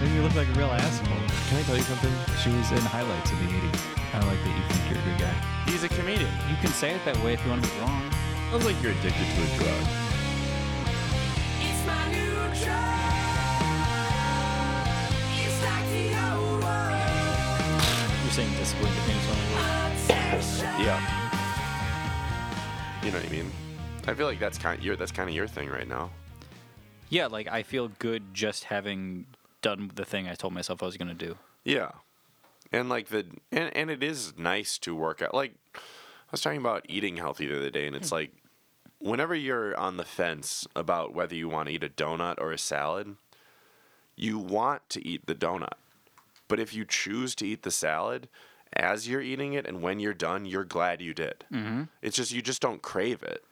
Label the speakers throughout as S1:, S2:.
S1: Maybe you look like a real asshole.
S2: Can I tell you something? She was in highlights in the 80s. I like that you think you're a good guy.
S3: He's a comedian.
S1: You can say it that way if you want to be wrong.
S4: Sounds like you're addicted to a drug.
S5: It's my new drug. It's like the old one.
S1: You're saying discipline depends on the word.
S5: Obsession.
S4: Yeah. You know what I mean? I feel like that's kind of your that's kind of your thing right now.
S1: Yeah, like I feel good just having done the thing I told myself I was going to do.
S4: Yeah. And like the and, and it is nice to work out. Like I was talking about eating healthy the other day and it's like whenever you're on the fence about whether you want to eat a donut or a salad, you want to eat the donut. But if you choose to eat the salad as you're eating it and when you're done, you're glad you did. Mm-hmm. It's just you just don't crave it.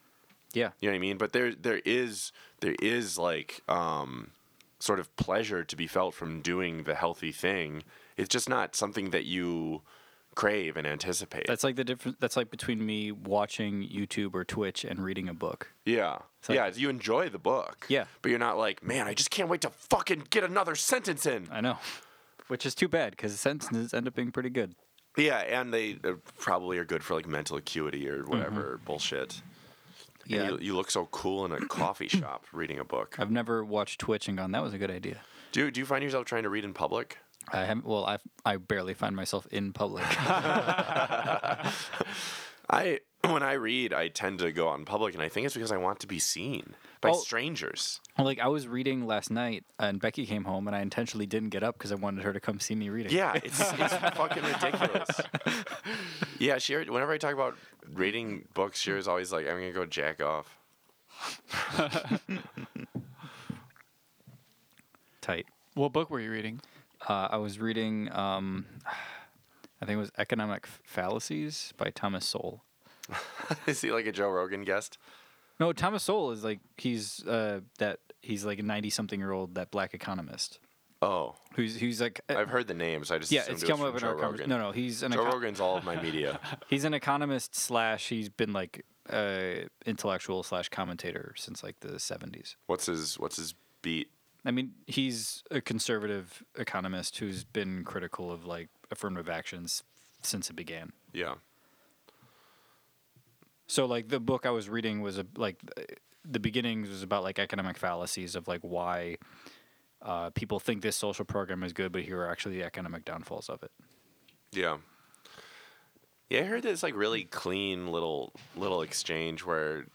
S1: Yeah.
S4: You know what I mean? But there there is there is like um sort of pleasure to be felt from doing the healthy thing. It's just not something that you crave and anticipate.
S1: That's like the difference. That's like between me watching YouTube or Twitch and reading a book.
S4: yeah.
S1: like-
S4: yeah, you enjoy the book.
S1: Yeah.
S4: But you're not like, man, I just can't wait to fucking get another sentence in.
S1: I know, which is too bad because the sentences end up being pretty good.
S4: Yeah, and they uh, probably are good for like mental acuity or whatever bullshit. And
S1: Mm-hmm. Yeah.
S4: you, you look so cool in a coffee shop reading a book.
S1: I've never watched Twitch and gone, that was a good idea.
S4: Do you, do you find yourself trying to read in public?
S1: I haven't, well, I've, I barely find myself in public.
S4: I when I read, I tend to go out in public, and I think it's because I want to be seen by
S1: Oh.
S4: strangers.
S1: like, I was reading last night and Becky came home and I intentionally didn't get up because I wanted her to come see me reading.
S4: Yeah, it's, it's fucking ridiculous. Yeah, she. Whenever I talk about reading books, she was always like, "I'm gonna go jack off."
S1: Tight.
S3: What book were you reading?
S1: Uh, I was reading, um, I think it was Economic Fallacies by Thomas Sowell.
S4: Is he like a Joe Rogan guest?
S1: No, Thomas Sowell is like he's uh, that he's like a ninety something year old that black economist
S4: Oh,
S1: who's who's like uh,
S4: I've heard the name, so I just
S1: yeah
S4: assumed
S1: it's
S4: it was
S1: come up
S4: from
S1: in
S4: Joe
S1: our
S4: Rogan.
S1: conversation. No, no, he's an
S4: Joe
S1: eco-
S4: Rogan's all of my media.
S1: he's an economist slash he's been like uh, intellectual slash commentator since like the seventies.
S4: What's his What's his beat?
S1: I mean, he's a conservative economist who's been critical of like affirmative actions since it began.
S4: Yeah.
S1: So like the book I was reading was a, like th- the beginnings was about like economic fallacies of like why uh, people think this social program is good, but here are actually the economic downfalls of it.
S4: Yeah. Yeah, I heard this like really clean little little exchange where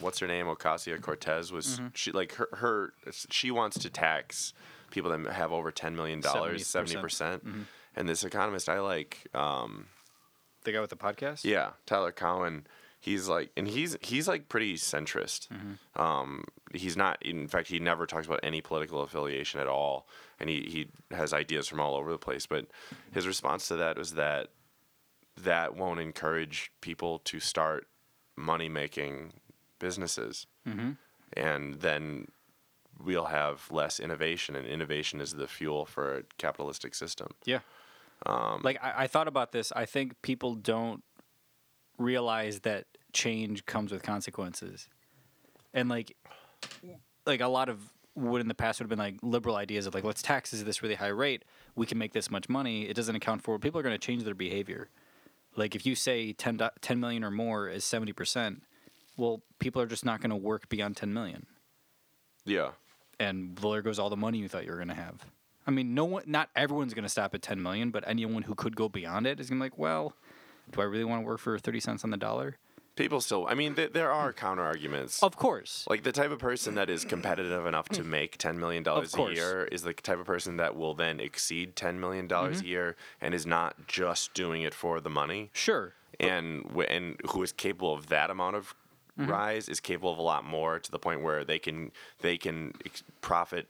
S4: what's her name Ocasio Cortez was she like her, her she wants to tax people that have over 10 million dollars 70%,
S1: 70%.
S4: and this economist I like um
S1: The guy with the podcast.
S4: yeah, Tyler Cowan. He's like, and he's he's like pretty centrist. Um, he's not. In fact, he never talks about any political affiliation at all, and he he has ideas from all over the place. But his response to that was that that won't encourage people to start money making businesses, and then we'll have less innovation, and innovation is the fuel for a capitalistic system.
S1: Yeah. like I, I thought about this. I think people don't realize that change comes with consequences, and like, like a lot of what in the past would have been like liberal ideas of like let's tax this at this really high rate. We can make this much money. It doesn't account for people are going to change their behavior. Like if you say 10, do- 10 million or more is seventy percent, well, people are just not going to work beyond ten million
S4: Yeah.
S1: and there goes all the money you thought you were going to have. I mean, no one, not everyone's going to stop at 10 million, but anyone who could go beyond it is going to be like, well, do I really want to work for 30 cents on the dollar?
S4: People still. I mean, th- there are counter arguments.
S1: Of course.
S4: Like the type of person that is competitive enough to make ten million dollars
S1: Mm. Of
S4: a
S1: course.
S4: year is the type of person that will then exceed ten million dollars
S1: Mm-hmm.
S4: a year and is not just doing it for the money.
S1: sure.
S4: And wh- and who is capable of that amount of
S1: Mm-hmm.
S4: rise is capable of a lot more to the point where they can they can ex- profit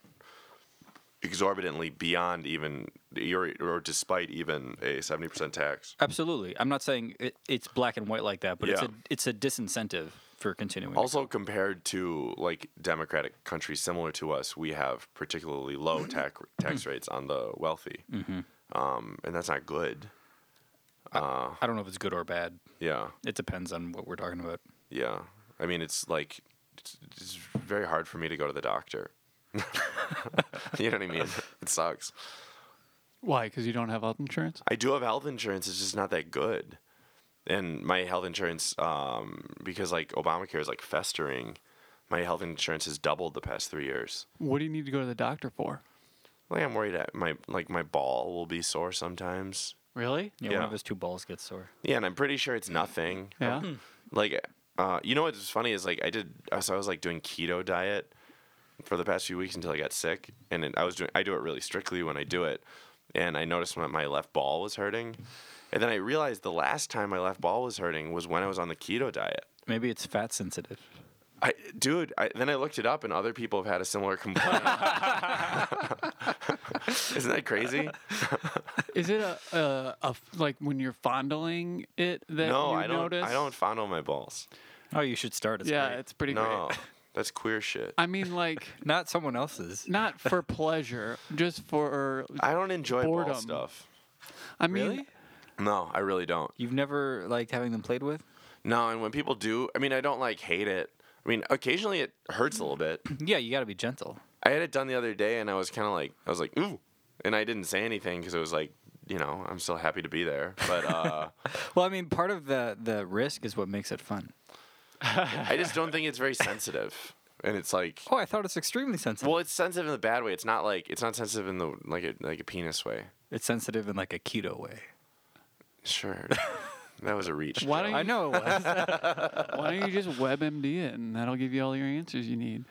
S4: exorbitantly beyond even or, or despite even a seventy percent tax.
S1: Absolutely. I'm not saying it, it's black and white like that, but
S4: Yeah.
S1: it's, a, it's a disincentive for continuing.
S4: Also, compared to like democratic countries similar to us, we have particularly low tax tax rates on the wealthy, um, and that's not good.
S1: I don't know if it's good or bad.
S4: Yeah,
S1: It depends on what we're talking about.
S4: yeah. I mean, it's like it's, it's very hard for me to go to the doctor. you know what I mean? It sucks.
S3: Why? Because you don't have health insurance?
S4: I do have health insurance. It's just not that good. And my health insurance, um, because like Obamacare is like festering, my health insurance has doubled the past three years.
S3: What do you need to go to the doctor for?
S4: Like I'm worried that my like my ball will be sore sometimes.
S3: Really?
S1: Yeah,
S4: Yeah.
S1: one of his two balls gets sore.
S4: Yeah, and I'm pretty sure it's nothing.
S3: Yeah.
S1: Hmm.
S4: Like, uh, you know what's funny is like I did. uh, So I was like doing keto diet for the past few weeks until I got sick, and then I was doing. I do it really strictly when I do it, and I noticed when my left ball was hurting, and then I realized the last time my left ball was hurting was when I was on the keto diet.
S1: Maybe it's fat sensitive.
S4: I, dude, I, then I looked it up, and other people have had a similar complaint. Isn't that crazy?
S3: Is it a, a, a f- like when you're fondling it that
S4: no,
S3: you
S4: I don't.
S3: notice?
S4: I don't fondle my balls.
S1: Oh, you should start. It's
S3: yeah,
S1: great.
S3: it's pretty
S4: No,
S3: great.
S4: that's queer shit.
S3: I mean, like
S1: not someone else's.
S3: not for pleasure, just for.
S4: I don't enjoy
S3: Boredom.
S4: ball stuff.
S3: I mean,
S1: Really?
S4: No, I really don't.
S1: You've never liked having them played with?
S4: No, and when people do, I mean, I don't like hate it. I mean, occasionally it hurts a little bit.
S1: Yeah, you got to be gentle.
S4: I had it done the other day, and I was kind of like, I was like, ooh, and I didn't say anything because it was like, you know, I'm still happy to be there. But uh,
S1: Well, I mean, part of the the risk is what makes it fun.
S4: I just don't think it's very sensitive. And it's like,
S1: Oh, I thought it's extremely sensitive.
S4: well, it's sensitive in the bad way. It's not like it's not sensitive in the like a, like a penis way.
S1: it's sensitive in like a keto way.
S4: Sure, that was a reach.
S3: why don't you,
S1: I know. it was.
S3: Why don't you just WebMD it and that'll give you all your answers you need?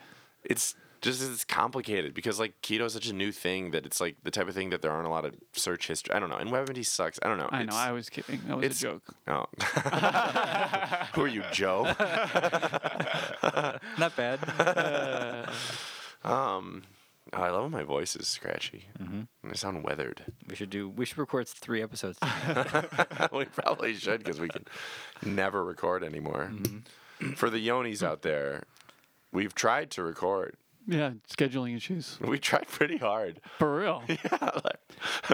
S4: It's just it's complicated because like keto is such a new thing that it's like the type of thing that there aren't a lot of search history. I don't know. And WebMD sucks. I don't know.
S3: I know.
S4: It's-
S3: I was kidding. That was
S4: it's-
S3: a joke.
S4: Oh. Who are you, Joe?
S1: Not bad.
S4: Um, oh, I love when my voice is scratchy.
S3: Mm-hmm.
S4: I sound weathered.
S1: We should do. We should record three episodes.
S4: we probably should because we can never record anymore.
S3: Mm-hmm.
S4: For the yonis out there, we've tried to record.
S3: Yeah, scheduling issues.
S4: We tried pretty hard.
S3: For real.
S4: One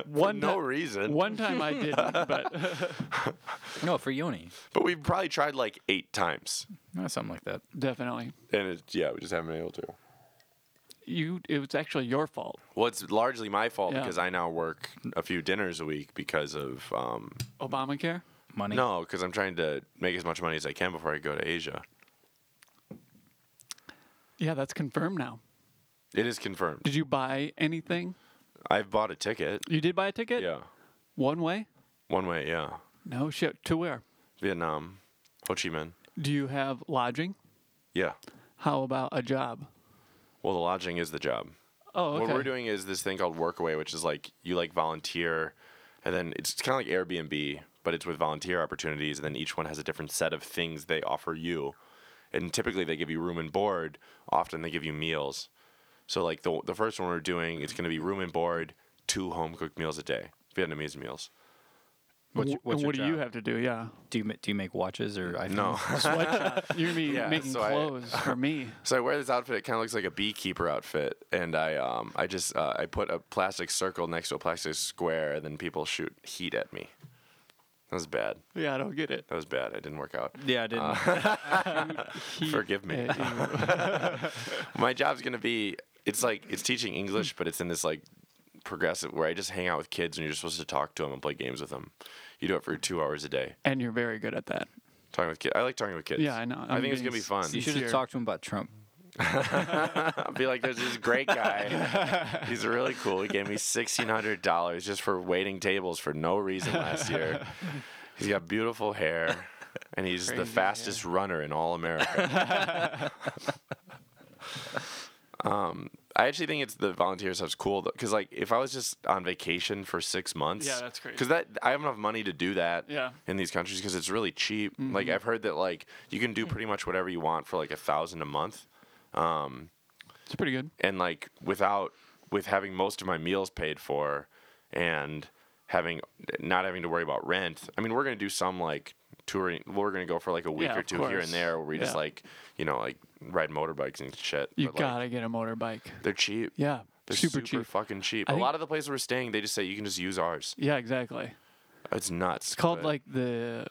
S3: One
S4: no
S3: ti-
S4: reason.
S3: One time I didn't, but
S1: no, for Yoni,
S4: But we've probably tried like eight times,
S1: no, something like that.
S3: definitely.
S4: and it, yeah, we just haven't been able to.
S3: You it was actually your fault.
S4: Well, it's largely my fault
S3: Yeah.
S4: because I now work a few dinners a week because of um,
S3: Obamacare?
S1: Money.
S4: no, because I'm trying to make as much money as I can before I go to Asia.
S3: Yeah, that's confirmed now.
S4: It is confirmed.
S3: Did you buy anything?
S4: I've bought a ticket.
S3: You did buy a ticket?
S4: Yeah.
S3: One way?
S4: One way, yeah.
S3: No shit. To where?
S4: Vietnam, Ho Chi Minh.
S3: Do you have lodging?
S4: Yeah.
S3: How about a job?
S4: Well, the lodging is the job.
S3: Oh, okay.
S4: What we're doing is this thing called Workaway, which is like you like volunteer, and then it's kind of like Airbnb, but it's with volunteer opportunities, and then each one has a different set of things they offer you. And typically they give you room and board. Often they give you meals. So like the the first one we're doing, it's going to be room and board, two home cooked meals a day, Vietnamese meals.
S1: What's,
S3: And
S1: what's
S3: what do
S1: your
S3: you
S1: job?
S3: have to do? Yeah.
S1: Do you ma- do you make watches or iPhones?
S4: No.
S3: Sweatshop. You're me
S4: Yeah,
S3: making
S4: so I-
S3: clothes for me.
S4: So I wear this outfit. It kind of looks like a beekeeper outfit, and I um I just uh, I put a plastic circle next to a plastic square, and then people shoot heat at me. That was bad.
S3: Yeah, I don't get it.
S4: That was bad. I didn't work out.
S1: Yeah, I didn't.
S4: Uh, Forgive me.
S3: Eh,
S4: My job's gonna be it's like it's teaching English, but it's in this like progressive where I just hang out with kids, and you're supposed to talk to them and play games with them. You do it for two hours a day,
S3: And you're very good at that.
S4: talking with kids. I like talking with kids.
S3: Yeah, I know.
S4: I
S3: I'm
S4: think it's
S3: being
S4: gonna be fun.
S1: you should have
S3: sincere.
S1: talked to him about Trump.
S4: I'll be like, there's this great guy. He's really cool. He gave me sixteen hundred dollars just for waiting tables for no reason last year. He's got beautiful hair, and he's the
S3: Crazy,
S4: fastest runner in all America. um, I actually think it's the volunteer stuff's cool though, because like if I was just on vacation for six months,
S3: Yeah, that's crazy.
S4: Because that I have enough money to do that.
S3: Yeah. Mm-hmm.
S4: in these countries because it's really cheap. Like I've heard that like you can do
S3: Hmm.
S4: pretty much whatever you want for like a thousand a month.
S3: It's pretty good.
S4: and like without with having most of my meals paid for and having not having to worry about rent i mean we're going to do some like touring we're going to go for like a week
S3: Yeah,
S4: or
S3: of
S4: two here
S3: course.
S4: and there where we just
S3: Yeah.
S4: like you know like ride motorbikes and shit
S3: You
S4: but, like,
S3: gotta get a motorbike.
S4: they're cheap
S3: Yeah.
S4: they're
S3: super,
S4: super,
S3: cheap.
S4: fucking cheap
S3: I
S4: A
S3: think-
S4: lot of the places we're staying they just say you can just use ours
S3: Yeah, exactly.
S4: it's nuts
S3: It's called like the,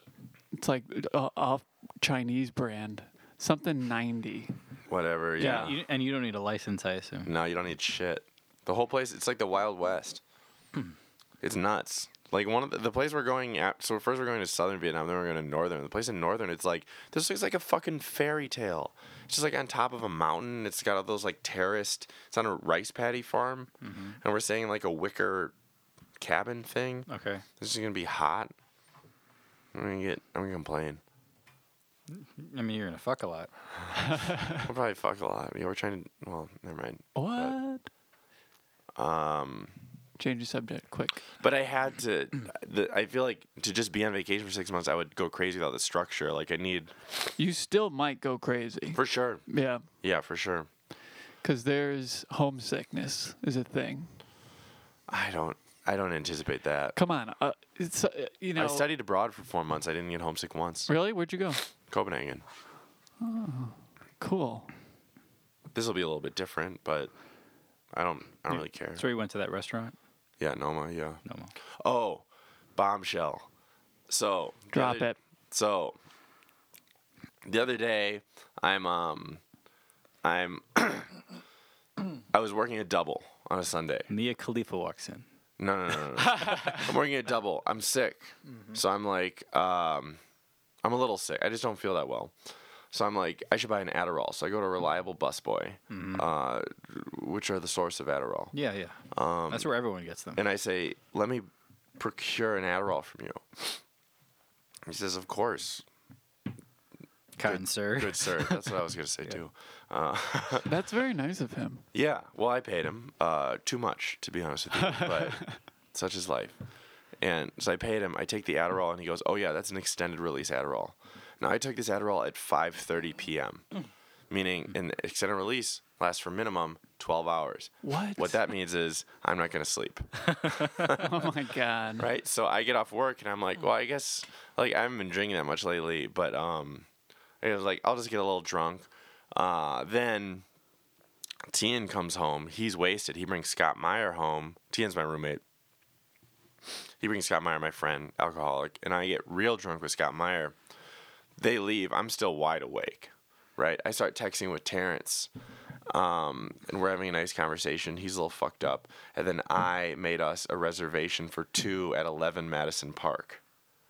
S3: it's like uh, off Chinese brand, something ninety.
S4: whatever. Yeah.
S1: You, and you don't need a license, I assume.
S4: No, you don't need shit. The whole place, it's like the Wild West. it's nuts. Like one of the, the place we're going at. So first we're going to southern Vietnam, then we're going to northern. The place in northern, it's like this looks like a fucking fairy tale. It's just like on top of a mountain. It's got all those like terraced. It's on a rice paddy farm, and we're staying in, like a wicker cabin thing.
S1: Okay.
S4: This is gonna be hot. I'm gonna get. I'm gonna complain.
S1: I mean, you're gonna fuck a lot.
S4: We'll probably fuck a lot. Yeah, we're trying to. Well, never mind.
S3: What?
S4: Um.
S3: Change the subject quick.
S4: But I had to. uh, The, I feel like to just be on vacation for six months, I would go crazy without the structure. Like I need
S3: You still might go crazy.
S4: for sure.
S3: Yeah,
S4: Yeah, for sure.
S3: because there's homesickness is a thing.
S4: I don't. I don't anticipate that.
S3: Come on, uh, it's uh, you know.
S4: I studied abroad for four months. I didn't get homesick once.
S3: Really? Where'd you go?
S4: Copenhagen.
S3: Cool.
S4: This will be a little bit different, but I don't. I don't really care.
S1: That's where you went to that rrestaurant.
S4: Yeah, Noma. Yeah.
S1: No more.
S4: Oh, bombshell. So the
S3: Drop
S4: other-
S3: it.
S4: So the other day, I'm um, I'm I was working a double on a Sunday.
S1: Mia Khalifa walks in.
S4: No, no, no, no. no. I'm working a double. I'm sick, so I'm like, um, I'm a little sick. I just don't feel that well. So I'm like, I should buy an Adderall. So I go to Reliable Busboy, uh, which are the source of Adderall
S1: Yeah, yeah. That's where everyone gets them.
S4: Um, and I say, "Let me procure an Adderall from you." He says, "Of course,
S1: Kind sir.
S4: good sir." That's what I was gonna say too.
S3: That's very nice of him.
S4: Yeah. Well, I paid him uh, too much, to be honest with you, but such is life. And so I paid him. I take the Adderall, and he goes, "Oh yeah, that's an extended release Adderall." Now I took this Adderall at 5:30 p.m., meaning an extended release lasts for minimum 12 hours.
S3: What?
S4: What that means is I'm not gonna sleep.
S3: Oh my god.
S4: right? So I get off work and I'm like, well, I guess like I haven't been drinking that much lately, but um, it was like I'll just get a little drunk. Uh, then Tian comes home. He's wasted. He brings Scott Meyer home. Tian's my roommate. He brings Scott Meyer, my friend, alcoholic, and I get real drunk with Scott Meyer. They leave. I'm still wide awake, right? I start texting with Terrence um, and we're having a nice conversation. He's a little fucked up. And then I made us a reservation for two at 11 Madison Park,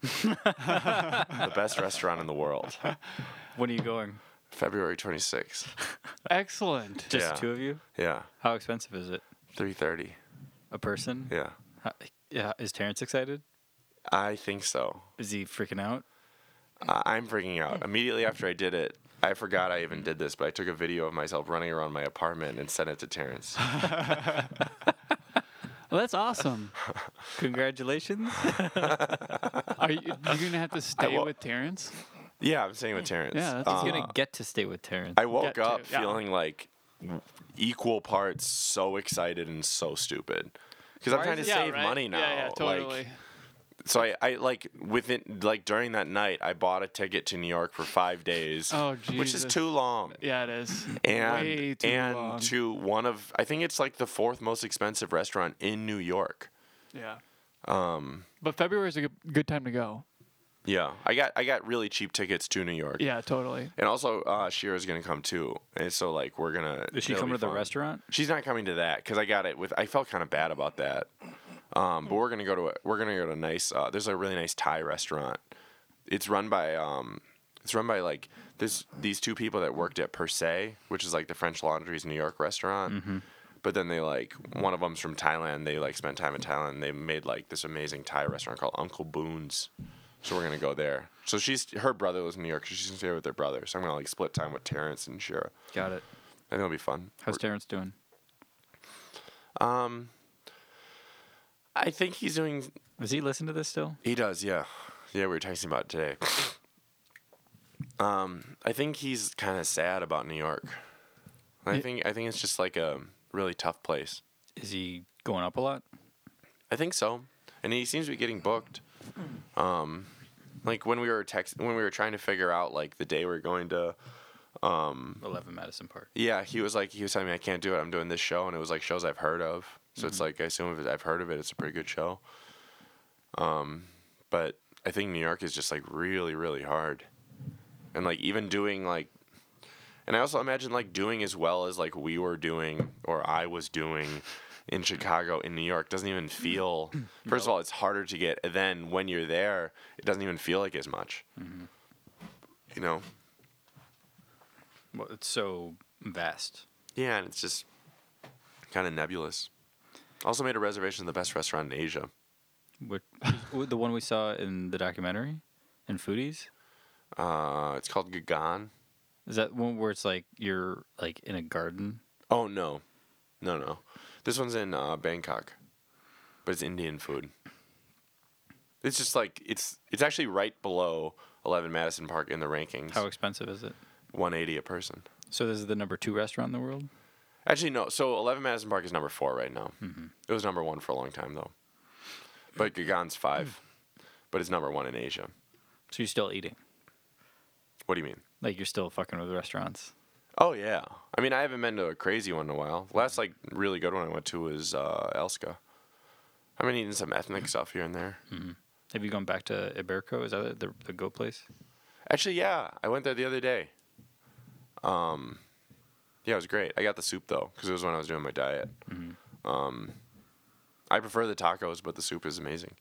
S4: the best restaurant in the world,
S1: When are you going?
S4: February 26th.
S3: Excellent.
S1: Just
S4: Yeah.
S1: the two of you?
S4: Yeah,
S1: How expensive is it?
S4: 3:30.
S1: A person?
S4: Yeah,
S1: How, yeah. Is Terrence excited?
S4: I think so.
S1: Is he freaking out?
S4: I- I'm freaking out. Immediately after I did it, I forgot I even did this, but I took a video of myself running around my apartment and sent it to Terrence.
S3: Well, that's awesome.
S1: Congratulations.
S3: Are you, you're gonna have to stay
S4: wa-
S3: with Terrence?
S4: Yeah, I'm staying with Terrence. Um,
S3: Yeah, that's
S1: He's gonna get to stay with Terrence.
S4: I woke
S3: to,
S4: up
S3: yeah.
S4: feeling like equal parts so excited and so stupid because I'm trying to save money now.
S3: Yeah, yeah, totally.
S4: Like, so I, I like within like during that night, I bought a ticket to New York for five days,
S3: Oh,
S4: which is
S3: Jesus.
S4: too long.
S3: yeah, it is.
S4: And
S3: Way too
S4: and
S3: long.
S4: to one of I think it's like the fourth most expensive restaurant in New York.
S3: yeah. Um. But February is a good, good time to go.
S4: Yeah, I got I got really cheap tickets to New York.
S3: Yeah, totally.
S4: And also, uh, Shira's gonna come too, and so like we're gonna.
S1: Is she
S4: it'll
S1: coming
S4: be
S1: to the
S4: fun.
S1: restaurant?
S4: She's not coming to that because I got it with. I felt kind of bad about that. Um, but we're gonna go to a, we're gonna go to a nice. Uh, there's a really nice Thai restaurant. It's run by um, it's run by like this these two people that worked at Per Se, which is like the French Laundry's New York restaurant. But then they like one of them's from Thailand. They like spent time in Thailand. They made like this amazing Thai restaurant called Uncle Boone's. So we're gonna go there. So she's her brother lives in New York. so She's gonna stay with their brother. So I'm gonna like split time with Terrence and Shira.
S1: Got it.
S4: I think it'll be fun.
S1: How's Terrence doing?
S4: I think he's doing
S1: Does he listen to this still?
S4: He does, yeah. Yeah, we were texting about it today. Um, I think he's kind of sad about New York. I think I think it's just like a really tough place.
S1: Is he going up a lot?
S4: I think so, and he seems to be getting booked. Um, like when we were text when we were trying to figure out like the day we are going to. Mm-hmm.
S1: Eleven Madison Park.
S4: Yeah, he was like he was telling me I can't do it. I'm doing this show, and it was like shows I've heard of. So it's like I assume if I've heard of it, it's a pretty good show. Um, but I think New York is just like really, really hard, and like even doing like And I also imagine like doing as well as like we were doing or I was doing in Chicago, in New York, doesn't even feel. First of all, it's harder to get. And then when you're there, it doesn't even feel like as much. You know?
S1: Well, it's so vast.
S4: Yeah, and it's just kind of nebulous. Also made a reservation at the best restaurant in Asia.
S1: What the one we saw in the documentary, in Foodies,
S4: Uh, it's called Gagan.
S1: is that one where it's like you're like in a garden?
S4: Oh no, no, no. This one's in uh, Bangkok, but it's Indian food. It's just like it's it's actually right below 11 Madison Park in the rankings.
S1: How expensive is it?
S4: 180 a person.
S1: So this is the number two restaurant in the world.
S4: Actually, no. So 11 Madison Park is number four right now.
S1: Mm-hmm.
S4: It was number one for a long time though. But Gagan's five, but it's number one in Asia.
S1: So you're still eating,
S4: What do you mean?
S1: like you're still fucking with restaurants.
S4: Oh yeah. I mean, I haven't been to a crazy one in a while. Last like really good one I went to was uh, Elska. I've been eating some ethnic stuff here and there.
S1: Have you gone back to Iberco? Is that the the go place?
S4: Actually, yeah, I went there the other day. Um, yeah, it was great. I got the soup though because it was when I was doing my diet. Um, I prefer the tacos, but the soup is amazing.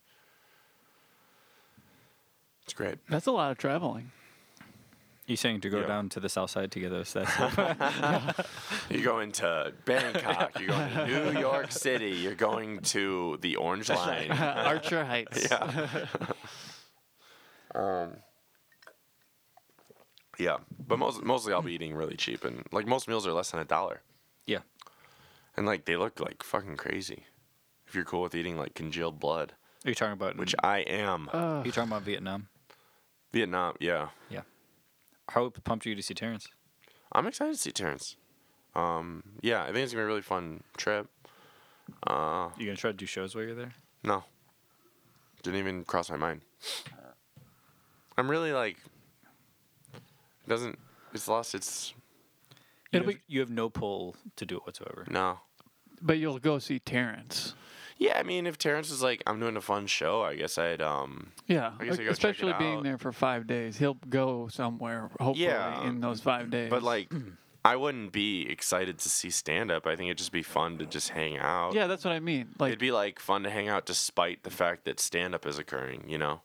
S4: It's great.
S3: That's a lot of traveling.
S1: You saying to go
S4: Yeah.
S1: down to the south side to get us that?
S4: You go into Bangkok. You're going to New York City. You're going to the Orange Line.
S3: Archer Heights.
S4: Yeah, but most, mostly I'll be eating really cheap and like most meals are less than a dollar,
S1: yeah.
S4: and like they look like fucking crazy. If you're cool with eating like congealed blood,
S1: Are you talking about?
S4: which I am,
S3: Uh.
S1: are you talking about Vietnam?
S4: Vietnam, yeah,
S1: Yeah. How pumped are you to see Terrence?
S4: I'm excited to see Terrence. Um, yeah, I think it's gonna be a really fun trip. Uh.
S1: You gonna try to do shows while you're there?
S4: No, didn't even cross my mind. I'm really like, it doesn't. It's lost. It's
S1: You,
S3: It'll
S1: have, you have no pull to do it whatsoever.
S4: no.
S3: But you'll go see Terrence.
S4: Yeah, I mean, if Terrence was like, I'm doing a fun show, I guess I'd um.
S3: Yeah,
S4: I guess I go check it
S3: especially being
S4: out.
S3: there for five days, he'll go somewhere. Hopefully,
S4: Yeah.
S3: in those five days.
S4: But like,
S3: Hmm.
S4: I wouldn't be excited to see stand up. I think it'd just be fun to just hang out.
S3: yeah, that's what I mean. Like,
S4: It'd be like fun to hang out despite the fact that stand up is occurring, you know?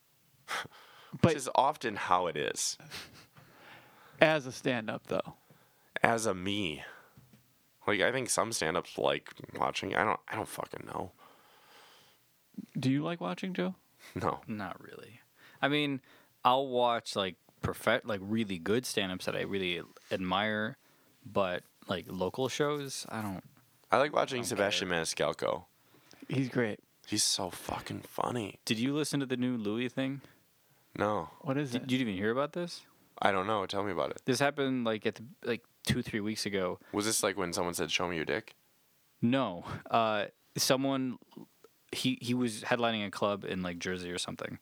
S3: but
S4: Which is often how it is.
S3: as a stand-up though,
S4: As a me. Like I think some stand ups like watching. I don't I don't fucking know.
S3: do you like watching Joe?
S4: No.
S1: Not really. I mean, I'll watch like perfect, like really good stand-ups that I really admire, but like local shows, I don't.
S4: I like watching Sebastian Maniscalco.
S3: He's great.
S4: He's so fucking funny.
S1: Did you listen to the new Louis thing?
S4: No.
S3: What is it?
S1: Did you even hear about this?
S4: I don't know. Tell me about it.
S1: This happened like at the, like two three weeks ago.
S4: Was this like when someone said show me your dick?
S1: No. Uh, someone he he was headlining a club in like Jersey or something,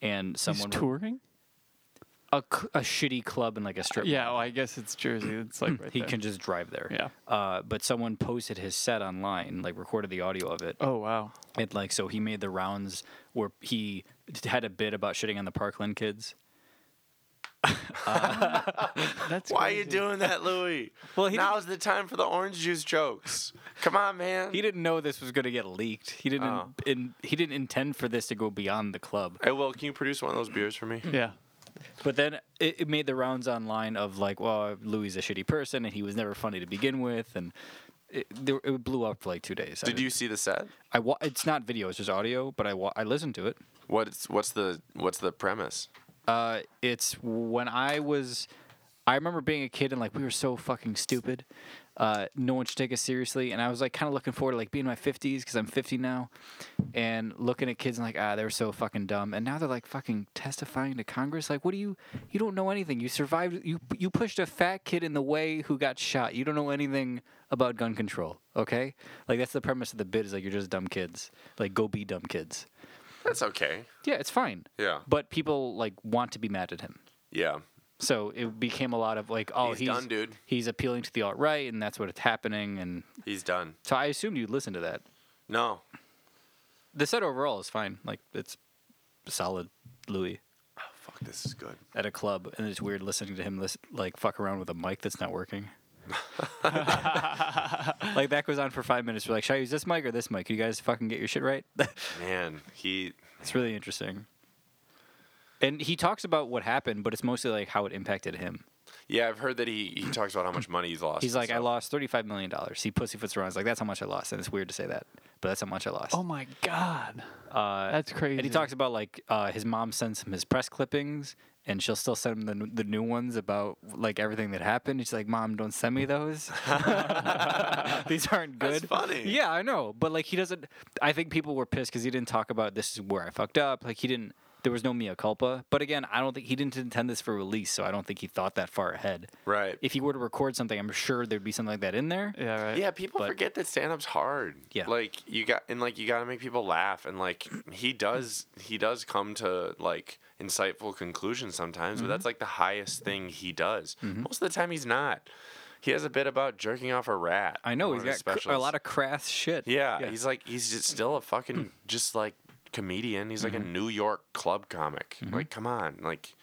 S1: and
S3: He's
S1: someone
S3: touring.
S1: a, cl- a shitty club in like a strip.
S3: Yeah, well, I guess it's Jersey. It's like right
S1: he
S3: there.
S1: can just drive there.
S3: Yeah.
S1: Uh, but someone posted his set online, like recorded the audio of it.
S3: Oh wow.
S1: It like so he made the rounds where he had a bit about shitting on the Parkland kids.
S3: That's
S4: Why are
S3: crazy.
S4: you doing that, Louis?
S1: Well, he
S4: now's the time for the orange juice jokes. Come on, man.
S1: He didn't know this was going to get leaked. He didn't.
S4: Oh.
S1: In, he didn't intend for this to go beyond the club.
S4: Hey, Will, can you produce one of those beers for me?
S3: Yeah.
S1: But then it, it made the rounds online of like, well, Louis is a shitty person and he was never funny to begin with, and it, there, it blew up for like two days. I
S4: Did you see the set?
S1: I wa- it's not video; it's just audio. But I wa- I listened to it.
S4: What's what's the what's the premise?
S1: Uh, it's when I was. I remember being a kid and like we were so fucking stupid. Uh, no one should take us seriously, and I was like kind of looking forward to like being in my fifties because I'm fifty now, and looking at kids and like ah they were so fucking dumb, and now they're like fucking testifying to Congress. Like, what do you? You don't know anything. You survived. You you pushed a fat kid in the way who got shot. You don't know anything about gun control. Okay, like that's the premise of the bit is like you're just dumb kids. Like go be dumb kids.
S4: That's okay.
S1: Yeah, it's fine.
S4: Yeah.
S1: But people like want to be mad at him.
S4: Yeah.
S1: So it became a lot of like, oh,
S4: He's
S1: he's,
S4: done, dude.
S1: He's appealing to the alt right, and that's what it's happening. And
S4: He's done.
S1: so I assumed you'd listen to that.
S4: No.
S1: The set overall is fine. Like it's solid, Louis.
S4: fuck, this is good.
S1: at a club, and it's weird listening to him lis- like fuck around with a mic that's not working. like that goes on for five minutes. We're like, should I use this mic or this mic? Can you guys fucking get your shit right?
S4: Man, he
S1: it's really interesting. And he talks about what happened, but it's mostly like how it impacted him.
S4: yeah, I've heard that he he talks about how much money he's lost.
S1: He's
S4: and
S1: like, I
S4: stuff.
S1: lost thirty-five million dollars. He pussyfoots around. He's like, that's how much I lost, and it's weird to say that, but that's how much I lost. Uh,
S3: Oh my god, that's crazy.
S1: And he talks about like uh, his mom sends him his press clippings, and she'll still send him the, n- the new ones about like everything that happened. She's like, "Mom, don't send me those. These aren't good."
S4: That's funny.
S1: Yeah, I know, but like he doesn't. I think people were pissed because he didn't talk about this is where I fucked up. Like he didn't. There was no mea culpa. But again, I don't think he didn't intend this for release, so I don't think he thought that far ahead.
S4: Right.
S1: If he were to record something, I'm sure there'd be something like that in there.
S3: Yeah, right.
S4: Yeah, people
S1: Eh, But-
S4: forget that stand up's hard.
S1: Yeah.
S4: Like you got and like you gotta make people laugh and like he does he does come to like insightful conclusions sometimes, but
S1: Mm-hmm.
S4: that's like the highest thing he does. Most of the time he's not. He has a bit about jerking off a rat.
S1: I know he's got cr- a lot of crass shit.
S4: Yeah, he's like he's just still a fucking just like comedian. He's like a
S1: Mm-hmm.
S4: New York club comic. Like, come on. Like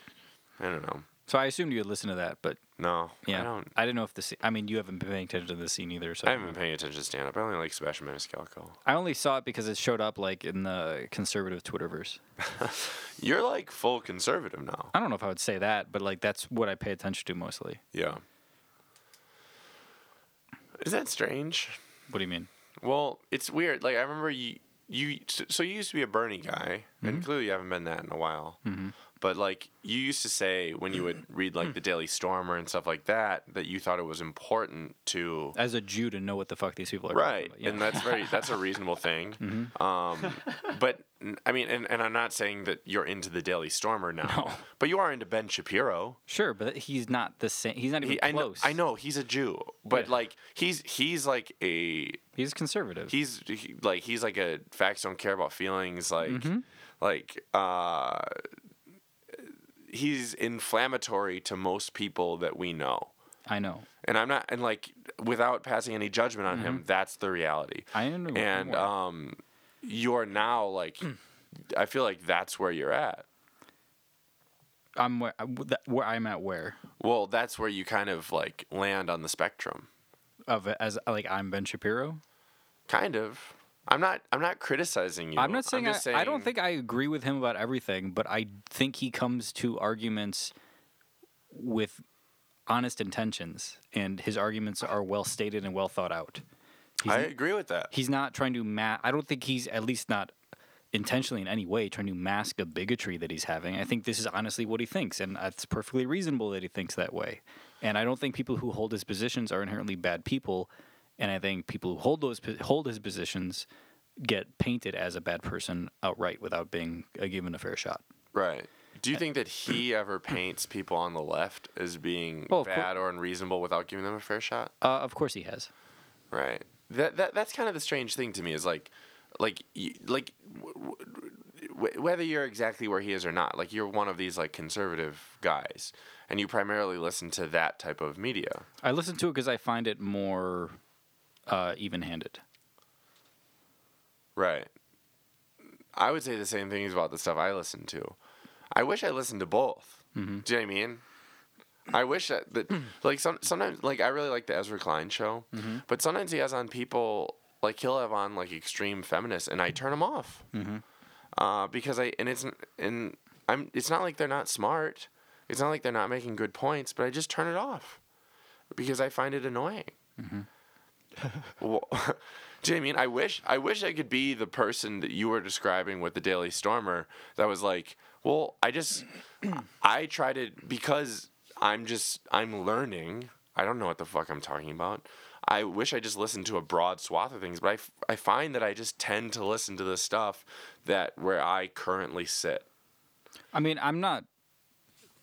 S4: I don't know.
S1: So I assumed you would listen to that, but
S4: No.
S1: Yeah,
S4: I don't
S1: didn't know if the. Scene, I mean, you haven't been paying attention to the scene either. So
S4: I haven't been paying attention to stand up. I only like Sebastian Maniscalco.
S1: I only saw it because it showed up like in the conservative Twitterverse.
S4: You're like full conservative now.
S1: I don't know if I would say that, but like that's what I pay attention to mostly.
S4: Yeah. Is that strange?
S1: What do you mean?
S4: Well, it's weird. Like I remember you, you. So so you used to be a Bernie guy,
S1: Mm-hmm.
S4: and clearly you haven't been that in a while. But like you used to say when you would read like the Daily Stormer and stuff like that, that you thought it was important to.
S1: As a Jew, to know what the fuck these people are. talking
S4: Right,
S1: about, yeah.
S4: and
S1: Mm-hmm.
S4: that's very that's a reasonable thing. Um, but n- I mean, and, and I'm not saying that you're into the Daily Stormer now,
S1: No.
S4: but you are into Ben Shapiro.
S1: sure, but he's not the same. He's not even
S4: He, I know,
S1: close.
S4: I know he's a Jew, but
S1: Yeah.
S4: like he's he's like a
S1: He's conservative.
S4: he's he, like he's like a facts don't care about feelings like
S1: Mm-hmm.
S4: like uh he's inflammatory to most people that we know.
S1: I know.
S4: And I'm not and like without passing any judgment on him, that's the reality.
S1: Mm-hmm. I under-
S4: And
S1: well,
S4: um you're now like
S1: Mm.
S4: I feel like that's where you're at.
S1: I'm where, that- where I'm at. Where
S4: Well, that's where you kind of like land on the spectrum.
S1: of it as like I'm Ben Shapiro.
S4: Kind of. I'm not. I'm not criticizing you.
S1: I'm not saying, i
S4: just
S1: I don't think I agree with him about everything, but I think he comes to arguments with honest intentions, and his arguments are well stated and well thought out. He's,
S4: I agree with that.
S1: he's not trying to ma I don't think he's at least not intentionally in any way trying to mask a bigotry that he's having. I think this is honestly what he thinks, and it's perfectly reasonable that he thinks that way. And I don't think people who hold his positions are inherently bad people. And I think people who hold those po- hold his positions get painted as a bad person outright without being uh, given a fair shot.
S4: Right. Do you think that he ever paints people on the left as being
S1: Well, of cour-
S4: bad or unreasonable without giving them a fair shot?
S1: Uh, of course, he has.
S4: Right. That, that that's kind of the strange thing to me is like, like, y- like, w- w- w- whether you're exactly where he is or not, like you're one of these like conservative guys, and you primarily listen to that type of media.
S1: I listen to it because I find it more uh, even-handed.
S4: Right. I would say the same things about the stuff I listen to. I wish I listened to both. Do you know what I mean? I wish that, that like some sometimes like I really like the Ezra Klein show, but sometimes he has on people like he'll have on like extreme feminists, and I turn them off uh, because I and it's and I'm it's not like they're not smart. It's not like they're not making good points, but I just turn it off because I find it annoying. Well, do you know what I mean? I wish I wish I could be the person that you were describing with the Daily Stormer that was like, well, I just I try to because I'm just I'm learning. I don't know what the fuck I'm talking about. I wish I just listened to a broad swath of things, but I, f- I find that I just tend to listen to the stuff that where I currently sit.
S1: I mean, I'm not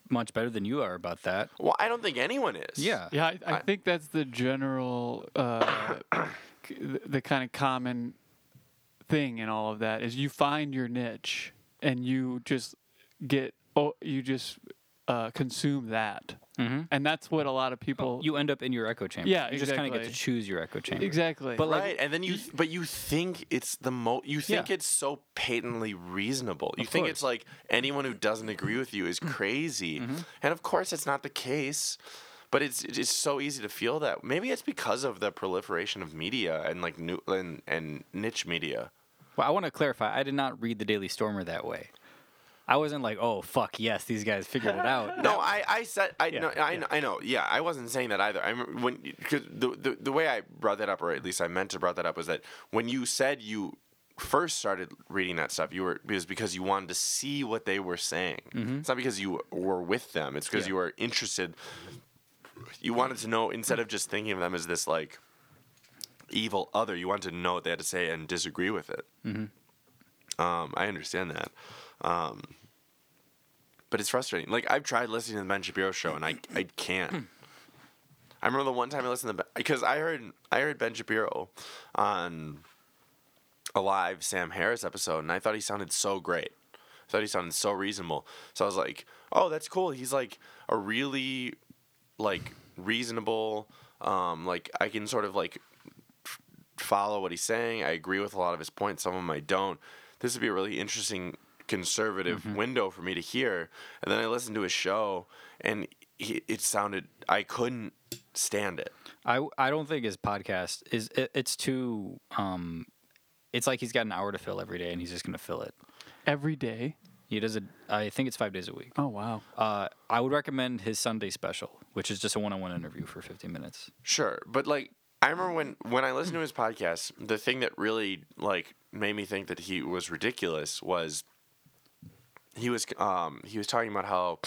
S1: much better than you are about that.
S4: Well, I don't think anyone is.
S1: Yeah.
S3: Yeah, I, I, think that's the general, uh, c- the the kind of common thing in all of that is you find your niche and you just get, oh, you just uh, consume that, and that's what a lot of people.
S1: You end up in your echo chamber.
S3: Yeah,
S1: you just kind of get
S3: exactly.
S1: to choose your echo chamber.
S3: exactly,
S1: But like,
S4: right, and then you, th- but you think it's the mo. You think
S1: Yeah.
S4: it's so patently reasonable. You think it's
S1: course. Mm-hmm.
S4: like anyone who doesn't agree with you is crazy, and of course it's not the case. But it's it's so easy to feel that. Maybe it's because of the proliferation of media and like new and, and niche media.
S1: well, I want to clarify. I did not read the Daily Stormer that way. I wasn't like, oh fuck, yes, these guys figured it out.
S4: No, I, I said I
S1: Yeah,
S4: know I, know I know yeah I wasn't saying that either. I remember when because the, the the way I brought that up or at least I meant to brought that up was that when you said you first started reading that stuff you were it was because you wanted to see what they were saying. It's not because you were with them. It's because
S1: Mm-hmm. Yeah.
S4: you were interested. You wanted to know instead of just thinking of them as this like evil other. You wanted to know what they had to say and disagree with it.
S1: Mm-hmm.
S4: Um, I understand that. Um, but it's frustrating. Like I've tried listening to the Ben Shapiro show and I I can't. I remember the one time I listened to because I heard I heard Ben Shapiro on a live Sam Harris episode and I thought he sounded so great. I thought he sounded so reasonable. So I was like, "Oh, that's cool. He's like a really like reasonable um like I can sort of like follow what he's saying. I agree with a lot of his points. Some of them I don't. This would be a really interesting conservative window for me to hear. And then I listened to his show, and he, it sounded I couldn't stand it.
S1: I I don't think his podcast is it, it's too um it's like he's got an hour to fill every day and he's just going to fill it.
S3: every day.
S1: He does it I think it's 5 days a week.
S3: Oh wow,
S1: Uh I would recommend his Sunday special, which is just a one-on-one interview for 15 minutes.
S4: Sure, but like I remember when when I listened to his podcast, the thing that really like made me think that he was ridiculous was he was um he was talking about how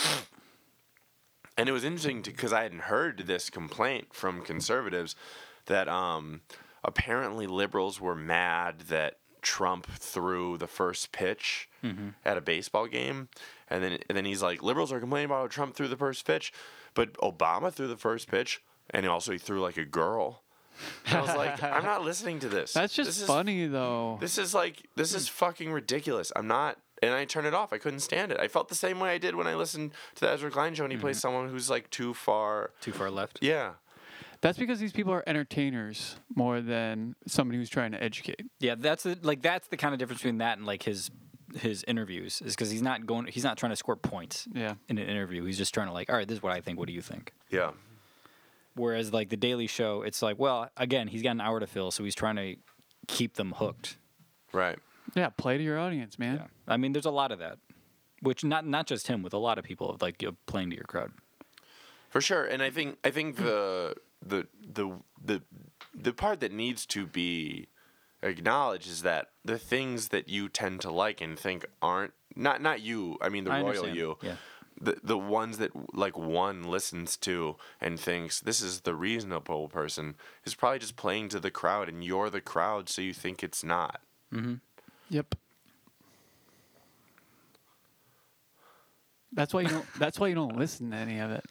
S4: and it was interesting because I hadn't heard this complaint from conservatives that um apparently liberals were mad that Trump threw the first pitch
S3: Mm-hmm.
S4: at a baseball game, and then and then he's like, liberals are complaining about how Trump threw the first pitch, but Obama threw the first pitch, and also he threw like a girl. And I was like, I'm not listening to this.
S3: that's
S4: This
S3: just
S4: is
S3: funny though.
S4: this is like this is fucking ridiculous. I'm not and I turned it off. I couldn't stand it. I felt the same way I did when I listened to the Ezra Klein show and he plays someone who's like too far
S1: Too far left.
S4: Yeah.
S3: That's because these people are entertainers more than somebody who's trying to educate.
S1: Yeah, that's the, like that's the kind of difference between that and like his his interviews is because he's not going he's not trying to score points
S3: Yeah.
S1: in an interview. He's just trying to like, all right, this is what I think. What do you think?
S4: Yeah.
S1: Whereas like the Daily Show, it's like, well, again, he's got an hour to fill, so he's trying to keep them hooked.
S4: Right.
S3: Yeah, play to your audience, man.
S1: Yeah. I mean, there's a lot of that, which not not just him with a lot of people of like you're playing to your crowd.
S4: For sure. And
S1: Mm.
S4: I think I think the the the the the part that needs to be acknowledged is that the things that you tend to like and think aren't not not you, I mean the
S1: I
S4: royal
S1: understand.
S4: you.
S1: Yeah.
S4: the the ones that like one listens to and thinks this is the reasonable person is probably just playing to the crowd and you're the crowd so you think it's not
S3: Yep. That's why you don't. that's why you don't listen to any of it.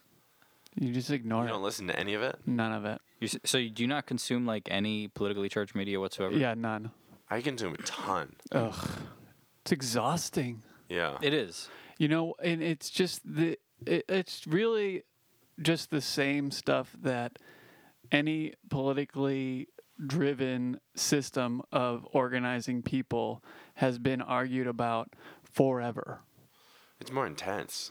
S3: You just ignore
S4: you don't
S3: it.
S4: listen to any of it
S3: None of it.
S1: You, s- so you do not consume like any politically charged media whatsoever.
S3: Yeah, none.
S4: i consume a ton
S3: It's exhausting.
S4: yeah
S1: it is.
S3: You know, and it's just the it, it's really just the same stuff that any politically driven system of organizing people has been argued about forever.
S4: it's more intense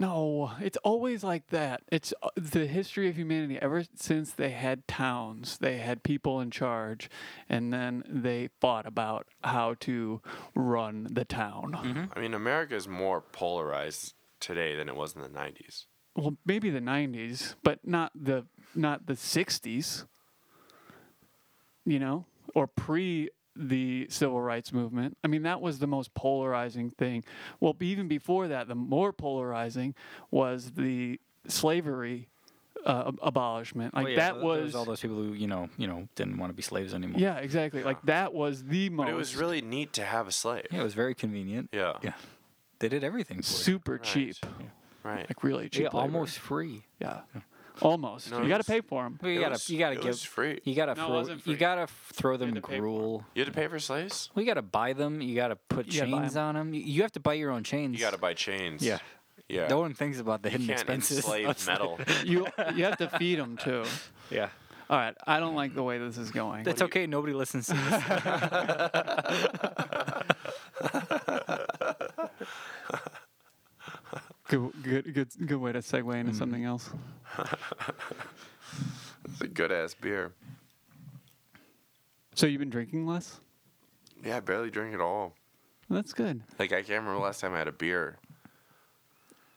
S3: No, it's always like that. It's uh, the history of humanity. Ever since they had towns, they had people in charge, and then they fought about how to run the town.
S1: Mm-hmm.
S4: i mean america is more polarized today than it was in the 90s
S3: Well, maybe the '90s, but not the not the '60s. You know, or pre the civil rights movement. I mean, that was the most polarizing thing. Well, b- even before that, the more polarizing was the slavery uh, ab- abolishment. Like
S1: Well, Oh, yeah,
S3: that
S1: th-
S3: was,
S1: there's all those people who you know you know didn't want to be slaves anymore.
S3: yeah, exactly. Like that was the most
S4: but it was really neat to have a slave
S1: Yeah, it was very convenient.
S4: Yeah.
S1: yeah. They did everything for you.
S3: super cheap,
S4: right
S3: like really cheap,
S1: Yeah,
S3: labor.
S1: almost free.
S3: yeah, almost.
S4: No,
S3: you
S4: it
S3: got to
S4: was-
S3: pay for them.
S1: But you
S4: It
S1: gotta
S4: was-
S1: you gotta
S4: it
S1: give
S4: was free.
S1: You gotta
S3: No, it
S1: throw,
S3: wasn't
S1: you
S3: free.
S1: gotta f- throw them
S3: to pay for it.
S1: gruel.
S4: you had to pay for slaves
S1: We gotta buy them. You gotta put
S3: You gotta buy
S1: chains
S3: 'em.
S1: on them. You have to buy your own chains.
S4: you got to buy chains
S1: Yeah.
S4: Yeah.
S1: No one thinks about the
S4: you
S1: hidden
S4: can't
S1: expenses.
S4: enslave metal.
S3: You you have to feed them too.
S1: yeah.
S3: All right, I don't
S4: Mm.
S3: like the way this is going.
S1: That's okay. Nobody listens to this.
S3: Good good good good way to segue
S4: Mm-hmm.
S3: into something else.
S4: It's a good ass beer.
S3: So you've been drinking less?
S4: Yeah, I barely drink at all.
S3: That's good.
S4: Like I can't remember last time I had a beer.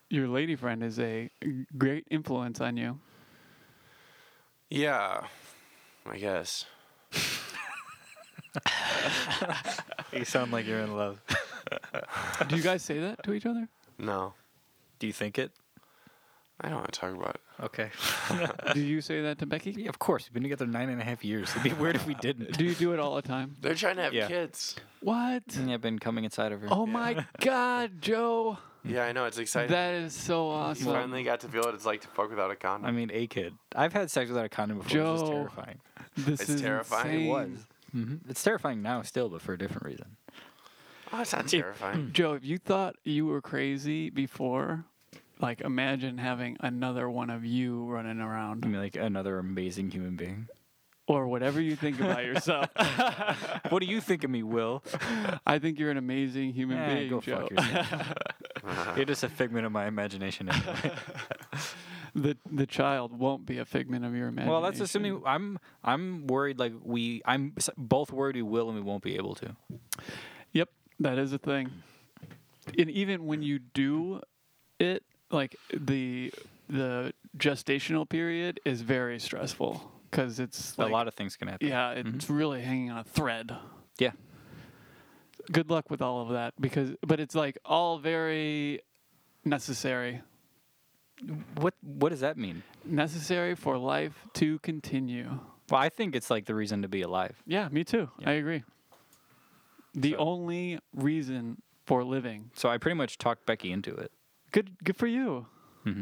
S3: Your lady friend is a great influence on you.
S4: Yeah, I guess.
S1: you sound like you're in love.
S3: Do you guys say that to each other?
S4: No,
S1: Do you think it?
S4: I don't want to talk about it.
S1: Okay.
S3: Do you say that to Becky?
S1: Yeah, of course. We've been together nine and a half years. It'd be weird if we didn't.
S3: Do you do it all the time?
S4: They're trying to have
S1: Yeah.
S4: kids.
S3: What?
S4: Mm,
S1: Yeah, I've been coming inside of her.
S3: Oh my God, Joe!
S4: Yeah, I know. It's exciting.
S3: That is so
S4: you
S3: awesome.
S4: finally got to feel what it's like to fuck without a condom.
S1: I mean, a kid. I've had sex without a condom before. It was just
S3: Joe.
S1: terrifying. Mm-hmm.
S3: this
S4: It's
S3: is
S4: terrifying. It
S3: Insane.
S4: was.
S1: It's terrifying now still, but for a different reason.
S4: oh, it's not terrifying.
S3: Joe, if you thought you were crazy before, like imagine having another one of you running around
S1: I
S4: Mm.
S1: mean, like another amazing human being.
S3: or whatever you think about yourself.
S1: What do you think of me, Will?
S3: I think you're an amazing human
S1: Eh,
S3: being,
S1: go
S3: Joe.
S1: fuck yourself. you're just a figment of my imagination. Anyway.
S3: the the child won't be a figment of your imagination.
S1: well, that's assuming I'm. I'm worried. Like we, I'm s- both worried we will and we won't be able to.
S3: Yep, that is a thing. And even when you do it, like the the gestational period is very stressful because it's like,
S1: a lot of Mm-hmm. things can happen.
S3: yeah, it's really hanging on a thread.
S1: Yeah.
S3: Good luck with all of that because, but it's like all very necessary,
S1: What What does that mean?
S3: necessary for life to continue.
S1: Well, I think it's like the reason to be alive.
S3: Yeah, me too. I agree. The
S1: So-
S3: only reason for living.
S1: So I pretty much talked Becky into it.
S3: Good, good for you.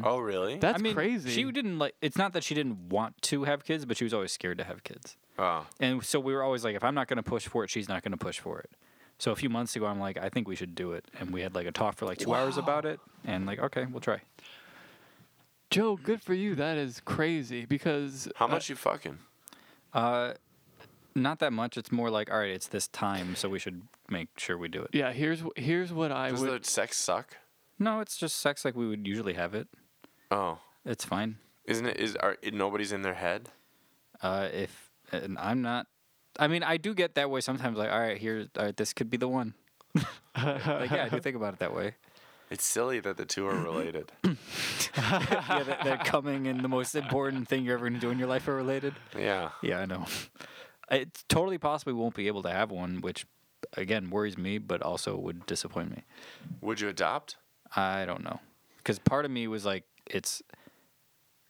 S4: oh, really?
S3: That's
S1: I mean,
S3: crazy.
S1: She didn't like. It's not that she didn't want to have kids, but she was always scared to have kids.
S4: oh,
S1: And so we were always like, if I'm not going to push for it, she's not going to push for it. So a few months ago, I'm like, I think we should do it, and we had like a talk for like two hours about it, and like, okay, we'll try.
S3: Joe, good for you. That is crazy because uh,
S4: how much you fucking?
S1: Uh, Not that much. It's more like, all right, it's this time, so we should make sure we do it.
S3: yeah, here's wh- here's what I
S4: Does
S3: would
S4: the sex suck?
S1: No, it's just sex like we would usually have it.
S4: Oh,
S1: It's fine.
S4: isn't it? Is are it, nobody's in their head?
S1: Uh, if and I'm not. I mean, I do get that way sometimes. Like, all right, here, all right, this could be the one. like, yeah, I do think about it that way.
S4: It's silly that the two are related.
S1: yeah, that, that coming and the most important thing you're ever going to do in your life are related.
S4: yeah.
S1: Yeah, I know. It's totally possible we won't be able to have one, which again worries me, but also would disappoint me.
S4: Would you adopt?
S1: I don't know, because part of me was like, it's,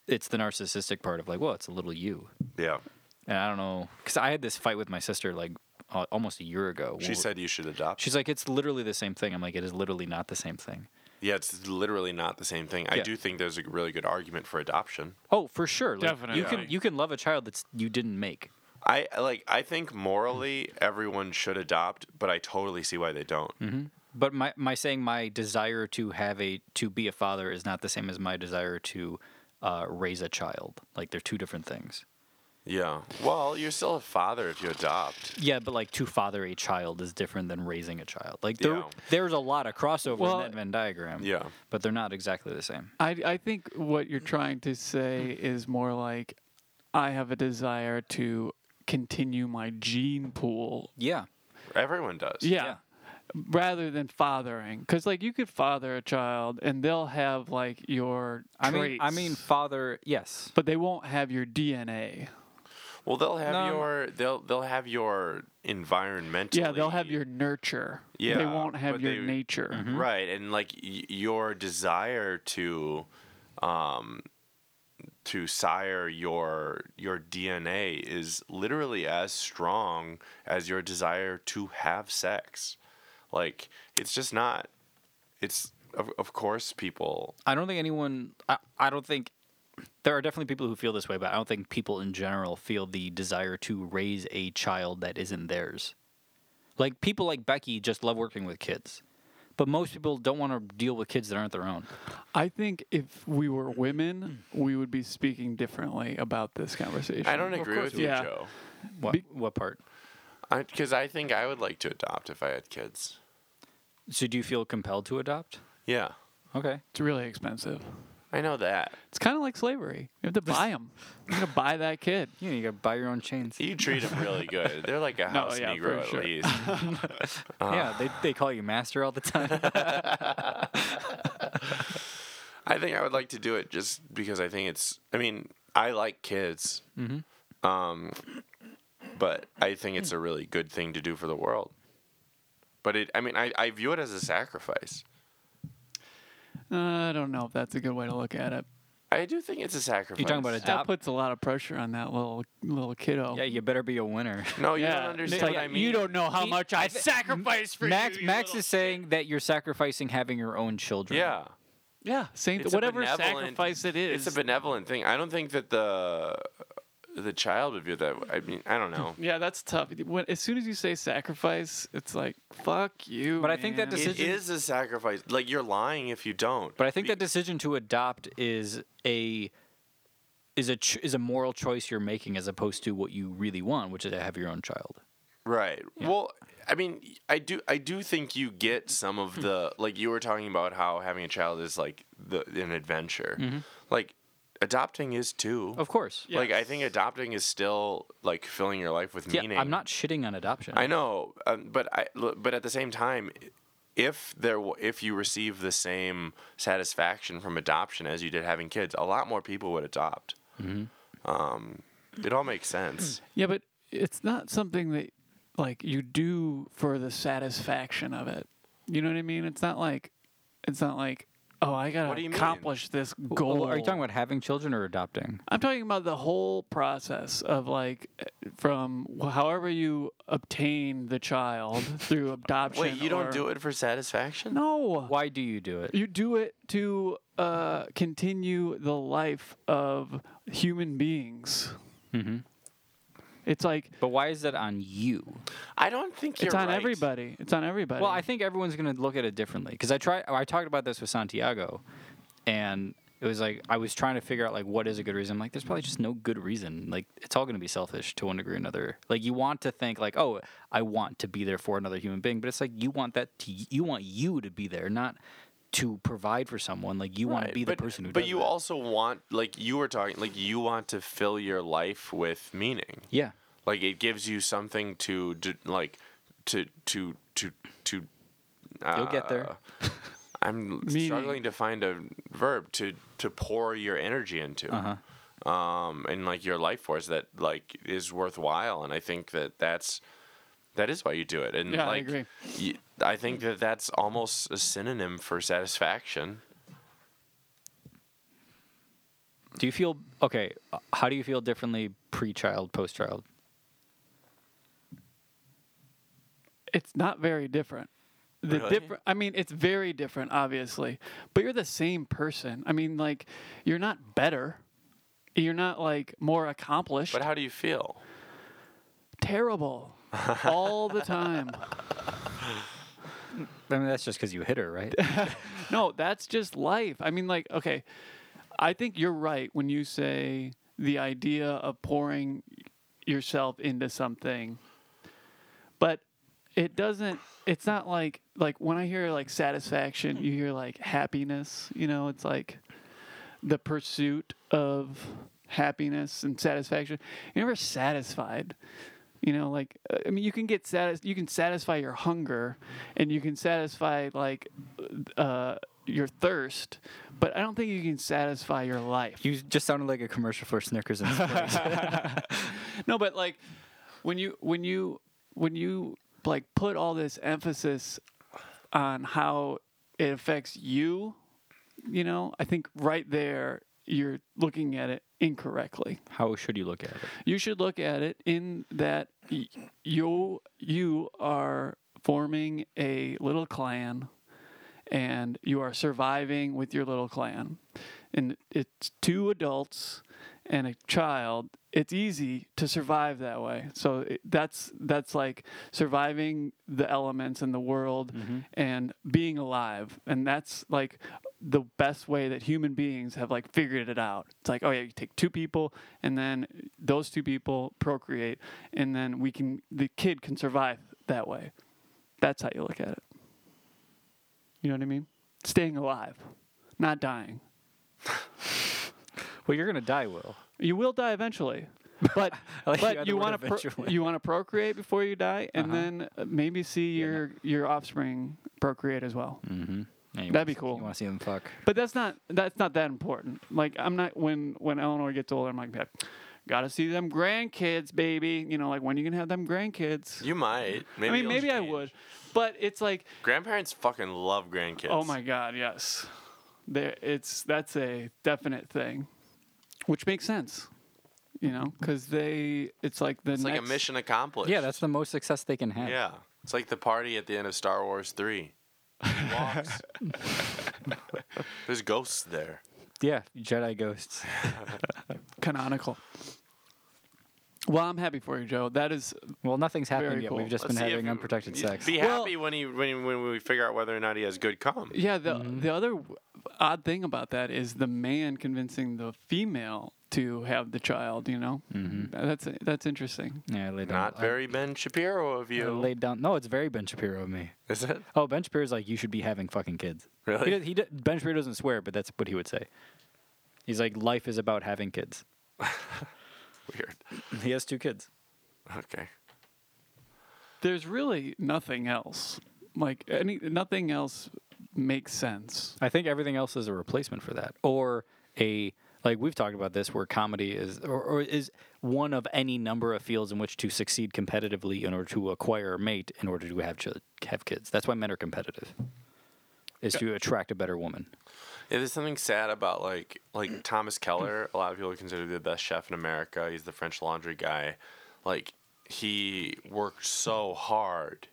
S1: it's the narcissistic part of like, well, it's a little you,
S4: Yeah.
S1: and I don't know, because I had this fight with my sister like al- almost a year ago.
S4: She
S1: Well,
S4: said you should adopt.
S1: she's like, it's literally the same thing. I'm like, it is literally not the same thing.
S4: Yeah, it's literally not the same thing. I
S1: Yeah.
S4: do think there's a really good argument for adoption.
S1: Oh, for sure, like, You
S3: Definitely.
S1: can you can love a child that's you didn't make.
S4: I like. I think morally, everyone should adopt, but I totally see why they don't.
S1: But my, my saying my desire to have a to be a father is not the same as my desire to uh, raise a child. Like they're two different things.
S4: Yeah. Well, you're still a father if you adopt.
S1: Yeah, but like to father a child is different than raising a child. Like there
S4: Yeah.
S1: there's a lot of crossover
S3: Well,
S1: in that Venn diagram.
S4: Yeah.
S1: But they're not exactly the same.
S3: I I think what you're trying to say is more like I have a desire to continue my gene pool.
S1: Yeah.
S4: Everyone does.
S3: Yeah.
S1: Yeah.
S3: Rather than fathering, because like you could father a child and they'll have like your
S1: I mean I
S3: traits,
S1: mean father yes.
S3: but they won't have your DNA.
S4: Well, they'll have
S1: No.
S4: your they'll they'll have your environmental.
S3: Yeah, they'll have your mm-hmm. nurture. they
S4: Yeah,
S3: won't have
S4: but
S3: your
S4: they- Mm-hmm.
S3: nature.
S4: right, and like y- your desire to, um, to sire your your DNA is literally as strong as your desire to have sex. Like it's just not. It's of of course people.
S1: I don't think anyone I, I don't think there are definitely people who feel this way, but I don't think people in general feel the desire to raise a child that isn't theirs. Like people like Becky just love working with kids. But most people don't want to deal with kids that aren't their own.
S3: I think if we were women, we would be speaking differently about this conversation.
S4: Mm. I don't agree with you,
S3: Yeah.
S4: Joe.
S1: What what part?
S4: Because I think I would like to adopt if I had kids.
S1: So do you feel compelled to adopt?
S4: Yeah,
S1: Okay.
S3: It's really expensive.
S4: I know that.
S3: It's kind of like slavery. You have to buy them. You got to buy that kid.
S1: Yeah, you got to buy your own chains.
S4: You treat them really good. They're like a house
S3: yeah, for
S4: Negro at
S3: sure.
S4: least. Ah.
S1: yeah, they, they call you master all the time.
S4: I think I would like to do it just because I think it's. I mean, I like kids,
S3: Mm-hmm.
S4: um, but I think it's a really good thing to do for the world. But it, I mean, I, I view it as a sacrifice.
S3: Uh, I don't know if that's a good way to look at it.
S4: I do think it's a sacrifice.
S1: You're talking about
S3: That
S1: adopt.
S3: puts a lot of pressure on that little little kiddo.
S1: yeah, you better be a winner.
S4: No, you
S3: Yeah,
S4: don't
S3: it's
S4: understand
S3: like,
S4: what I mean.
S3: You don't know how
S1: He-
S3: much I sacrificed for
S1: Max
S3: you. you
S1: Max
S3: little-"
S1: is saying that you're sacrificing having your own children.
S4: Yeah.
S3: yeah, same
S4: It's a
S3: whatever
S4: benevolent-
S3: sacrifice it is.
S4: It's a benevolent thing. I don't think that the the child would view it that. way. I mean, I don't know.
S3: yeah, that's tough. When, as soon as you say sacrifice, it's like fuck you.
S1: But I think that
S3: man.
S1: decision-
S4: It is a sacrifice. Like you're lying if you don't.
S1: But I think that decision to adopt is a is a ch- is a moral choice you're making as opposed to what you really want, which is to have your own child.
S4: Right. Well, I mean, I do I do think you get some
S1: Hmm.
S4: of the like you were talking about how having a child is like the an adventure. Like adopting is too.
S1: Mm-hmm. Of course.
S4: Like I think adopting is still like filling your life with
S1: Yeah,
S4: meaning.
S1: I'm not shitting on adoption.
S4: I know, um, but I l- but at the same time if there w- if you receive the same satisfaction from adoption as you did having kids, a lot more people would adopt.
S1: Mm-hmm.
S4: Um, it all makes sense.
S3: Yeah, but it's not something that like you do for the satisfaction of it. You know what I mean? It's not like it's not like oh, I gotta
S4: What do you mean?
S3: accomplish this
S1: Well,
S3: goal.
S1: Are you talking about having children or adopting?
S3: I'm talking about the whole process of like eh, from however you obtain the child through
S1: Hmm.
S3: adoption.
S4: Wait, you don't
S3: or-
S4: do it for satisfaction?
S3: No.
S1: Why do you do it?
S3: You do it to uh, continue the life of human beings.
S4: Mm-hmm.
S3: It's like
S1: But why is that on you?
S4: I don't think you're
S3: it's on
S4: right.
S3: everybody. It's on everybody.
S1: Well, I think everyone's going to look at it differently because I try. I talked about this with Santiago, and it was like I was trying to figure out like what is a good reason. I'm like, there's probably just no good reason. Like it's all going to be selfish to one degree or another. Like you want to think like, oh, I want to be there for another human being, but it's like you want that to you want you to be there, not to provide for someone. Like you want to
S4: Right,
S1: be the
S4: but,
S1: person who.
S4: But
S1: does
S4: you
S1: that.
S4: also want, like you were talking, like you want to fill your life with meaning.
S1: Yeah.
S4: Like it gives you something to, d like, to to to to. Uh,
S1: You'll get there.
S4: I'm
S3: Meaning.
S4: struggling to find a verb to to pour your energy into.
S1: Uh-huh.
S4: Um, and like your life force that like is worthwhile, and I think that that's that is why you do it. And
S3: Yeah, I
S4: like,
S3: agree.
S4: y- I think that that's almost a synonym for satisfaction.
S1: Do you feel okay? uh, How do you feel differently pre-child, post-child?
S3: it's not very different. The
S4: Really?
S3: different I mean, it's very different, obviously. But you're the same person. I mean, like, you're not better. You're not like more accomplished.
S4: But how do you feel?
S3: Terrible. All the time.
S1: I mean, that's just because you hit her, right?
S3: No, that's just life. I mean, like, okay, I think you're right when you say the idea of pouring yourself into something, but it doesn't. It's not like like when I hear like satisfaction, you hear like happiness. You know, it's like the pursuit of happiness and satisfaction. You're never satisfied. You know, like uh, I mean, you can get satis- you can satisfy your hunger, and you can satisfy like uh, your thirst, but I don't think you can satisfy your life.
S1: you just sounded like a commercial for Snickers and Sprite.
S3: no, but like when you when you when you like put all this emphasis on how it affects you, you know, I think right there you're looking at it incorrectly.
S1: How should you look at it?
S3: You should look at it in that y- you you are forming a little clan and you are surviving with your little clan. And it's two adults and a child, it's easy to survive that way. So it, that's that's like surviving the elements in the world and being alive. And that's like the best way that human beings have like figured it out. It's like, oh yeah, you take two people and then those two people procreate and then we can the kid can survive that way. That's how you look at it. You know what I mean? Staying alive, not dying.
S1: Well, you're gonna die, Will.
S3: You will die eventually. But
S1: like you
S3: but
S1: added
S3: you
S1: the word
S3: want to pro-
S1: eventually. Uh-huh.
S3: you want to procreate before you die, and then uh, maybe see your your offspring procreate as well.
S1: That'd
S3: That'd be cool.
S1: Mm-hmm. You want to see them fuck?
S3: But that's not that's not that important. Like I'm not when when Eleanor gets older, I'm like, "Yeah, gotta see them grandkids, baby. You know, like when you can have them grandkids.
S4: You might. Maybe
S3: I mean,
S4: it'll
S3: maybe I
S4: change.
S3: would, but it's like,
S4: Grandparents fucking love grandkids.
S3: oh my god, yes, there. It's that's a definite thing, which makes sense. You know, because they, it's like the
S4: It's like a
S3: next-
S4: mission accomplished.
S1: Yeah, that's the most success they can have.
S4: Yeah. It's like the party at the end of Star Wars 3. Walks. There's ghosts there.
S1: yeah. Jedi ghosts.
S3: canonical. Well, I'm happy for you, Joe. That is
S1: Well, nothing's happened
S3: Very
S1: yet.
S3: cool.
S1: We've just
S4: Let's
S1: been
S4: see if
S1: having
S4: it-
S1: unprotected
S4: yeah,
S1: sex.
S4: Be
S3: Well-
S4: happy when he when, when we figure out whether or not he has good cum.
S3: yeah. The
S4: Mm-hmm.
S3: the other w- odd thing about that is the man convincing the female to have the child. You know,
S4: Mm-hmm.
S3: that's that's interesting.
S1: yeah, I laid down.
S4: Not
S1: I-
S4: very Ben Shapiro of
S1: I
S4: you.
S1: laid down. No, it's very Ben Shapiro of me.
S4: Is it?
S1: Oh, Ben Shapiro's like, you should be having fucking kids.
S4: Really?
S1: He, does- he does- ben Shapiro doesn't swear, but that's what he would say. He's like, life is about having kids.
S4: Weird.
S1: He has two kids.
S4: Okay.
S3: There's really nothing else. Like any nothing else makes sense.
S1: I think everything else is a replacement for that, or a like we've talked about this, where comedy is or, or is one of any number of fields in which to succeed competitively in order to acquire a mate in order to have ch- have kids. That's why men are competitive, is to attract a better woman.
S4: Yeah, there's something sad about like like Thomas Keller. A lot of people consider the best chef in America. He's the French Laundry guy. Like he worked so hard,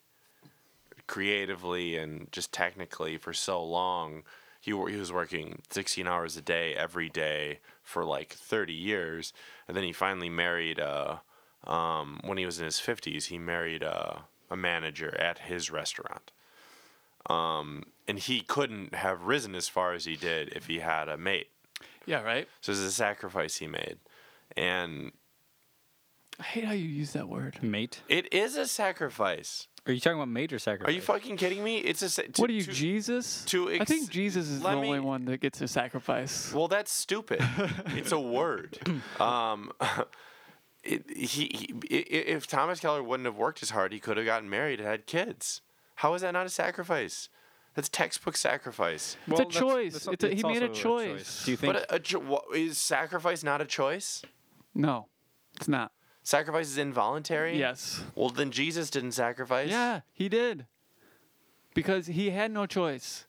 S4: creatively and just technically for so long. He wor- he was working 16 hours a day every day for like 30 years, and then he finally married. Uh, um, when he was in his 50s, he married uh, a manager at his restaurant and he couldn't have risen as far as he did if he had a mate.
S3: Yeah, right.
S4: So it's a sacrifice he made, and
S3: I hate how you use that word.
S1: Mate?
S4: it is a sacrifice.
S1: Are you talking about major sacrifice?
S4: Are you fucking kidding me? It's a. sa- To,
S3: what are you,
S4: to-
S3: Jesus?
S4: to
S3: I
S4: ex-
S3: think Jesus is the
S4: let me-
S3: only one that gets a sacrifice.
S4: Well, that's stupid. it's a word. Um, it, he, he, i- i- if Thomas Keller wouldn't have worked as hard, he could have gotten married and had kids. How is that not a sacrifice? That's textbook sacrifice.
S3: Well, that's- choice. that's- It's a- he it's made a also a choice. choice.
S1: Do you think?
S4: But uh, a, a, cho- wha- is sacrifice not a choice?
S3: no, it's not.
S4: Sacrifice is involuntary.
S3: Yes.
S4: Well, then Jesus didn't sacrifice.
S3: Yeah, he did. Because he had no choice.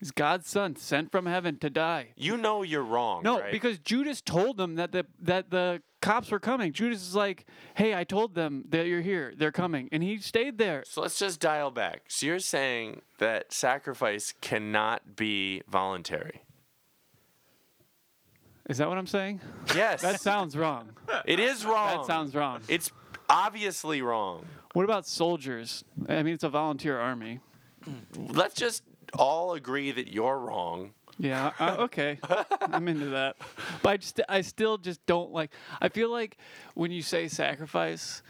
S3: He's God's son, sent from heaven to die.
S4: You know you're wrong.
S3: No,
S4: right?
S3: because Judas told them that the that the cops were coming. Judas is like, "Hey, I told them that you're here. They're coming." And he stayed there.
S4: So let's just dial back. So you're saying that sacrifice cannot be voluntary.
S3: Is that what I'm saying?
S4: Yes.
S3: That sounds wrong.
S4: it is wrong.
S3: That sounds wrong.
S4: It's obviously wrong.
S3: What about soldiers? I mean, it's a volunteer army.
S4: Let's just all agree that you're wrong.
S3: Yeah. Uh, okay. I'm into that. But I just, I still just don't like. I feel like when you say sacrifice,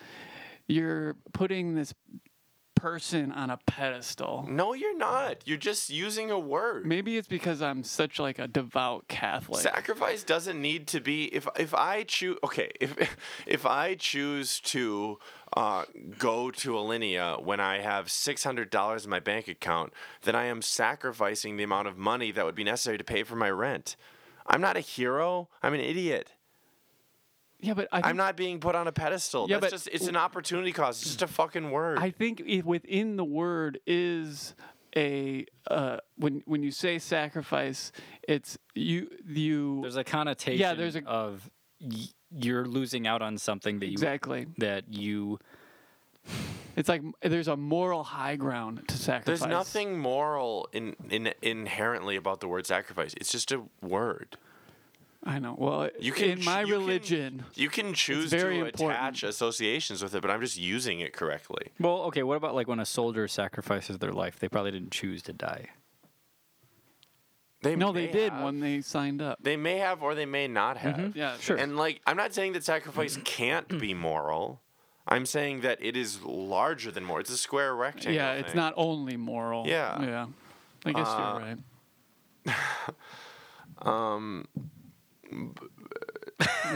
S3: you're putting this person on a pedestal.
S4: No, you're not. You're just using a word.
S3: Maybe it's because I'm such like a devout Catholic.
S4: Sacrifice doesn't need to be if if I choose okay if if I choose to uh, go to Alinea when I have six hundred dollars in my bank account, then I am sacrificing the amount of money that would be necessary to pay for my rent. I'm not a hero. I'm an idiot.
S3: yeah, but I think,
S4: I'm not being put on a pedestal.
S3: Yeah,
S4: That's
S3: but-
S4: just it's an opportunity cost. It's just a fucking word.
S3: I think if within the word is a uh, when when you say sacrifice, it's you you
S1: there's a connotation
S3: Yeah, there's a-
S1: of y- you're losing out on something that you
S3: exactly.
S1: that you
S3: It's like there's a moral high ground to sacrifice.
S4: There's nothing moral in, in inherently about the word sacrifice. It's just a word.
S3: I know. Well,
S4: You can
S3: in
S4: ch-
S3: my
S4: you can-
S3: religion,
S4: You can choose
S3: very
S4: to
S3: important.
S4: attach associations with it, but I'm just using it correctly.
S1: Well, okay. What about like when a soldier sacrifices their life? They probably didn't choose to die.
S4: They
S3: no, they
S4: may
S3: did
S4: have.
S3: when they signed up.
S4: They may have or they may not have.
S3: Yeah,
S1: Sure.
S4: And like, I'm not saying that sacrifice can't be moral. I'm saying that it is larger than moral. It's a square rectangle.
S3: yeah, it's
S4: thing.
S3: not only moral.
S4: Yeah. Uh,
S3: yeah. I guess you're right. um.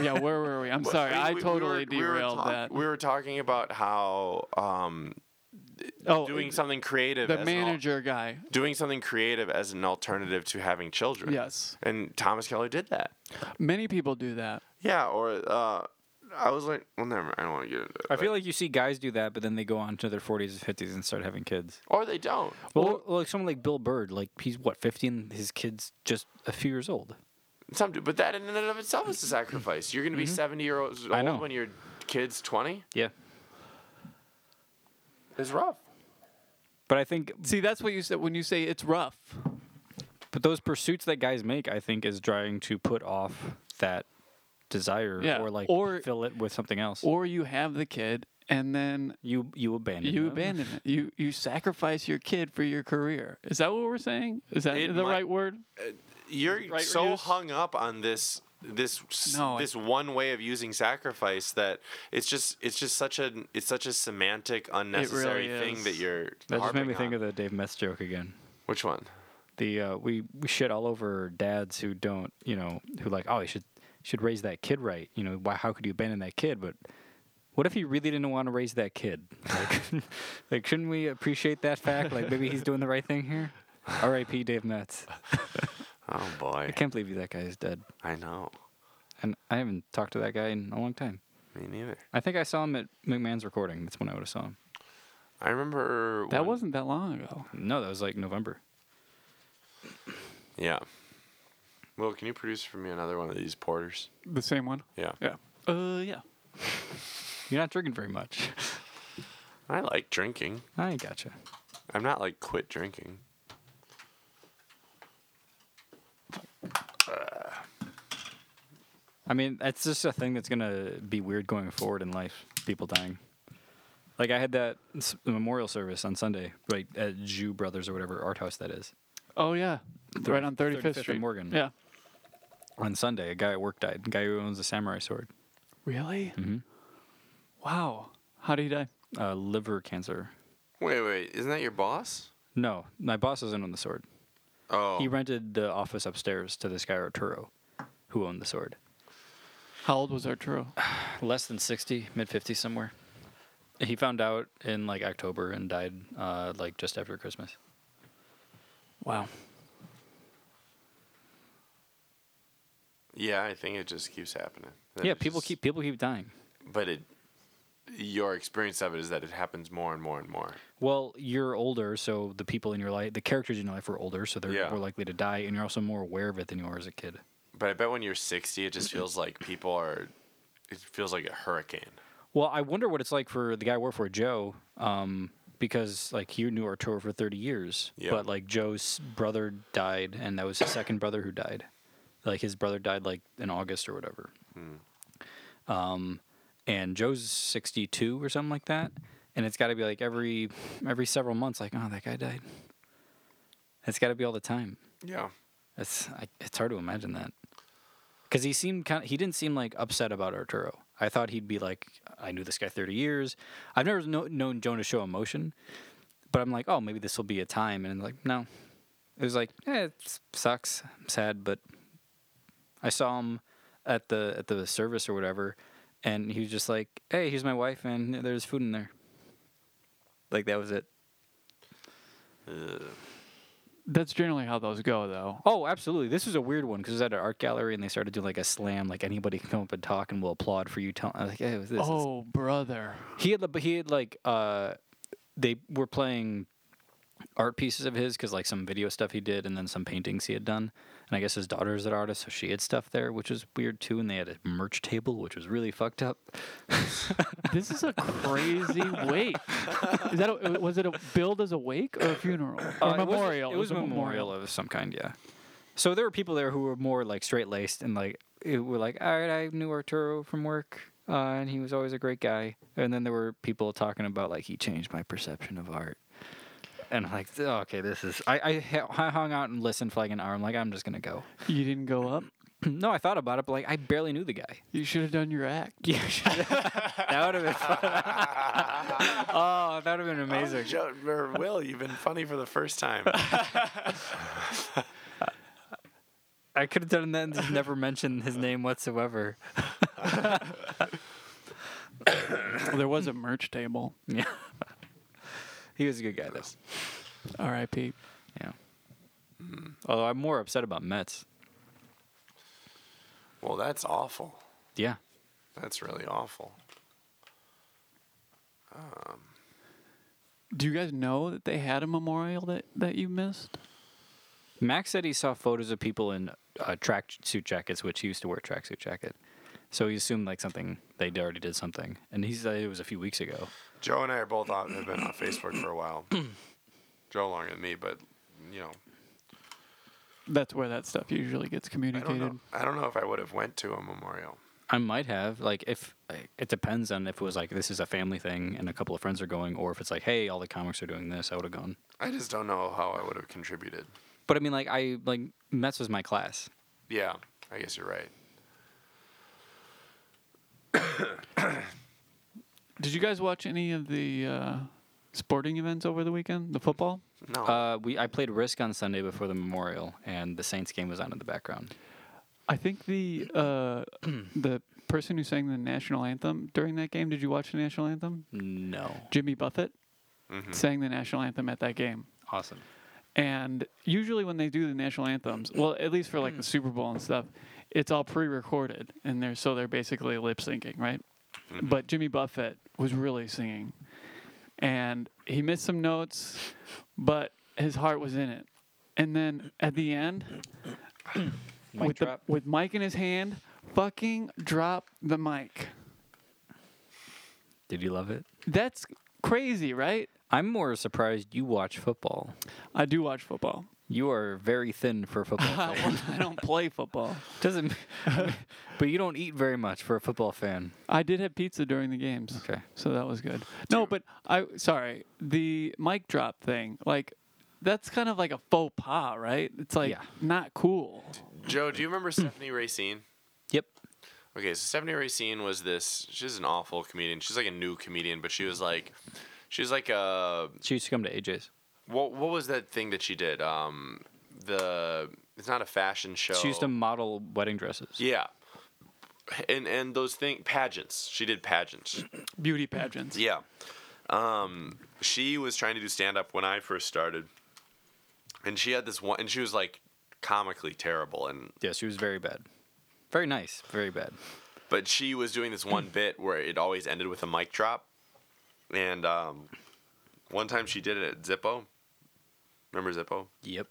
S3: yeah, where were we? I'm sorry,
S4: mean,
S3: I
S4: we- we were-
S3: totally
S4: we were
S3: derailed
S4: talk-
S3: that.
S4: We were talking about how um,
S3: oh,
S4: doing something creative.
S3: the
S4: as an al-
S3: manager guy.
S4: doing something creative as an alternative to having children.
S3: Yes.
S4: And Thomas Keller did that.
S3: Many people do that.
S4: Yeah, or uh, I was like, well, never. Mind, I don't want to get into it.
S1: I feel like you see guys do that, but then they go on to their 40s and 50s and start having kids.
S4: or they don't.
S1: Well, like someone like Bill Bird, like he's what 50 and his kid's just a few years old.
S4: Some do, but that in and of itself is a sacrifice. You're going to be seventy year olds
S1: Mm-hmm. I know.
S4: old when your kid's twenty.
S1: Yeah,
S4: It's rough.
S1: but I think
S3: See, that's what you said when you say it's rough.
S1: but those pursuits that guys make, I think, is trying to put off that desire
S3: Yeah,
S1: or like
S3: or-
S1: fill it with something else.
S3: Or you have the kid and then
S1: you you abandon.
S3: you
S1: them.
S3: abandon it. You you sacrifice your kid for your career. Is that what we're saying? Is that
S4: It
S3: the
S4: might-
S3: right word?
S4: You're
S3: Right,
S4: so
S3: Reduce?
S4: hung up on this this s-
S3: No, I-
S4: this one way of using sacrifice that it's just it's just such a it's such a semantic unnecessary thing
S3: is.
S4: that you're
S1: That just made me
S4: harping
S1: think
S4: on.
S1: of the Dave Metz joke again.
S4: which one
S1: the uh, we we shit all over dads who don't you know who like oh he should should raise that kid right you know why how could you abandon that kid but what if he really didn't want to raise that kid like, like shouldn't we appreciate that fact like maybe he's doing the right thing here R.I.P. Dave Metz
S4: oh boy
S1: I can't believe that guy is dead
S4: I know
S1: and I haven't talked to that guy in a long time
S4: me neither
S1: I think I saw him at McMahon's recording that's when I would have saw him
S4: I remember
S3: That
S4: when-
S3: wasn't that long ago.
S1: no that was like November
S4: yeah Will can you produce for me another one of these porters
S3: The same one.
S4: yeah
S3: Yeah. Uh, yeah.
S1: you're not drinking very much
S4: I like drinking
S1: I gotcha
S4: I'm not like quit drinking
S1: I mean, that's just a thing that's gonna be weird going forward in life. People dying. Like I had that s- memorial service on Sunday, right at Jew Brothers or whatever art house that is.
S3: Oh yeah. Right on 35th,
S1: 35th and
S3: Street.
S1: Morgan.
S3: Yeah.
S1: On Sunday, a guy at work died. The guy who owns a samurai sword,
S3: Really?
S1: Mm-hmm.
S3: Wow. How did he die?
S1: uh, liver cancer.
S4: wait wait isn't that your boss
S1: No, my boss doesn't own the sword.
S4: oh
S1: He rented the office upstairs to this guy Arturo, who owned the sword.
S3: How old was Arturo?
S1: Less than sixty, mid fifties somewhere. He found out in like October and died uh, like just after Christmas.
S3: Wow.
S4: yeah I think it just keeps happening That
S1: yeah,
S4: it
S1: people
S4: just-
S1: keep people keep dying.
S4: but it your experience of it is that it happens more and more and more.
S1: Well, you're older, so the people in your life, the characters in your life, are older, so they're
S4: Yeah.
S1: more likely to die, and you're also more aware of it than you are as a kid.
S4: But I bet when you're 60, it just feels like people are. It feels like a hurricane.
S1: Well, I wonder what it's like for the guy I work for, Joe, um, because like you knew Arturo for 30 years,
S4: Yeah.
S1: but like Joe's brother died, and that was his second brother who died. Like his brother died like in August or whatever.
S4: Hmm.
S1: Um, and Joe's 62 or something like that, and it's got to be like every every several months, like oh that guy died. It's got to be all the time.
S4: Yeah.
S1: It's I, it's hard to imagine that. Because he seemed kind he didn't seem like upset about Arturo. I thought he'd be like, I knew this guy 30 years. I've never kno- known Joan to show emotion, but I'm like, oh, maybe this will be a time. And like, no. It was like, eh, it s- sucks. I'm sad, but I saw him at the at the service or whatever, and he was just like, hey, here's my wife, and there's food in there. Like that was it.
S3: That's generally how those go, though.
S1: Oh, absolutely. This was a weird one because it was at an art gallery and they started doing like a slam, like anybody can come up and talk and we'll applaud for you. Tell- I was like, hey, was this? is-"
S3: oh, brother.
S1: He had, but he had like, uh, they were playing art pieces of his because like some video stuff he did and then some paintings he had done. And I guess his daughter is an artist, so she had stuff there, which was weird too. And they had a merch table, which was really fucked up.
S3: This is a crazy wake. Is that a, was it a billed as a wake or a funeral or
S1: Uh, it was-
S3: memorial?
S1: It was, a memorial of some kind, yeah. So there were people there who were more like straight laced and like it were like, all right, I knew Arturo from work, uh, and he was always a great guy. And then there were people talking about like he changed my perception of art. And I'm like, "Oh, okay, this is. I, I h- I hung out and listened for like an hour. I'm like, I'm just gonna go.
S3: You didn't go up.
S1: no, I thought about it, but like I barely knew the guy.
S3: You should have done your act.
S1: Yeah, that would have been fun. oh, that would have been amazing.
S4: Joe, or Will, you've been funny for the first time.
S1: I could have done that and just never mentioned his name whatsoever.
S3: Well, there was a merch table.
S1: Yeah. he was a good guy, though.
S3: R.I.P.
S1: Yeah. Mm. Although I'm more upset about Mets.
S4: well, that's awful.
S1: Yeah.
S4: That's really awful.
S3: Do you guys know that they had a memorial that, that you missed?
S1: Max said he saw photos of people in uh, tracksuit jackets, which he used to wear a tracksuit jacket. So he assumed like something they already did something, and he said it was a few weeks ago.
S4: Joe and I are both on, have been on Facebook for a while. Joe longer than me, but you know,
S3: That's where that stuff usually gets
S4: I don't
S3: communicated.
S4: know. I don't know if I would have went to a memorial.
S1: I might have like if it depends on if it was like this is a family thing and a couple of friends are going, or if it's like hey all the comics are doing this, I would have gone.
S4: I just don't know how I would have contributed.
S1: But I mean like I like Mets was my class,
S4: Yeah, I guess you're right.
S3: Did you guys watch any of the uh, sporting events over the weekend? The football?
S4: No,
S1: Uh, we I played Risk on Sunday before the Memorial, and the Saints game was on in the background.
S3: I think the uh, the person who sang the national anthem during that game. Did you watch the national anthem?
S1: No,
S3: Jimmy Buffett
S4: Mm-hmm.
S3: sang the national anthem at that game.
S1: awesome.
S3: And usually when they do the national anthems, well, at least for like the Super Bowl and stuff, it's all pre-recorded, and they're so they're basically lip syncing, right? But Jimmy Buffett was really singing, and he missed some notes, but his heart was in it. And then at the end, with
S1: drop.
S3: the with mic in his hand, fucking drop the mic.
S1: Did you love it?
S3: That's crazy, right?
S1: I'm more surprised you watch football.
S3: I do watch football.
S1: You are very thin for a football fan.
S3: I don't play football.
S1: Doesn't, but you don't eat very much for a football fan.
S3: I did have pizza during the games.
S1: Okay.
S3: So that was good. No, but I sorry, the mic drop thing, like that's kind of like a faux pas, right? It's like
S1: Yeah.
S3: not cool.
S4: Joe, do you remember Stephanie Racine?
S1: Yep.
S4: Okay, so Stephanie Racine was this. She's an awful comedian. She's like a new comedian, but she was like, she was like a
S1: She used to come to AJ's.
S4: what? What was that thing that she did? Um, the it's not a fashion show.
S1: She used to model wedding dresses.
S4: yeah, and and those thing pageants. She did pageants.
S3: Beauty pageants.
S4: Yeah. Um, she was trying to do stand up when I first started, and she had this one, and she was like comically terrible, and
S1: Yeah, she was very bad. Very nice. Very bad.
S4: but she was doing this one bit where it always ended with a mic drop, and um, one time she did it at Zippo. Remember Zippo?
S1: Yep.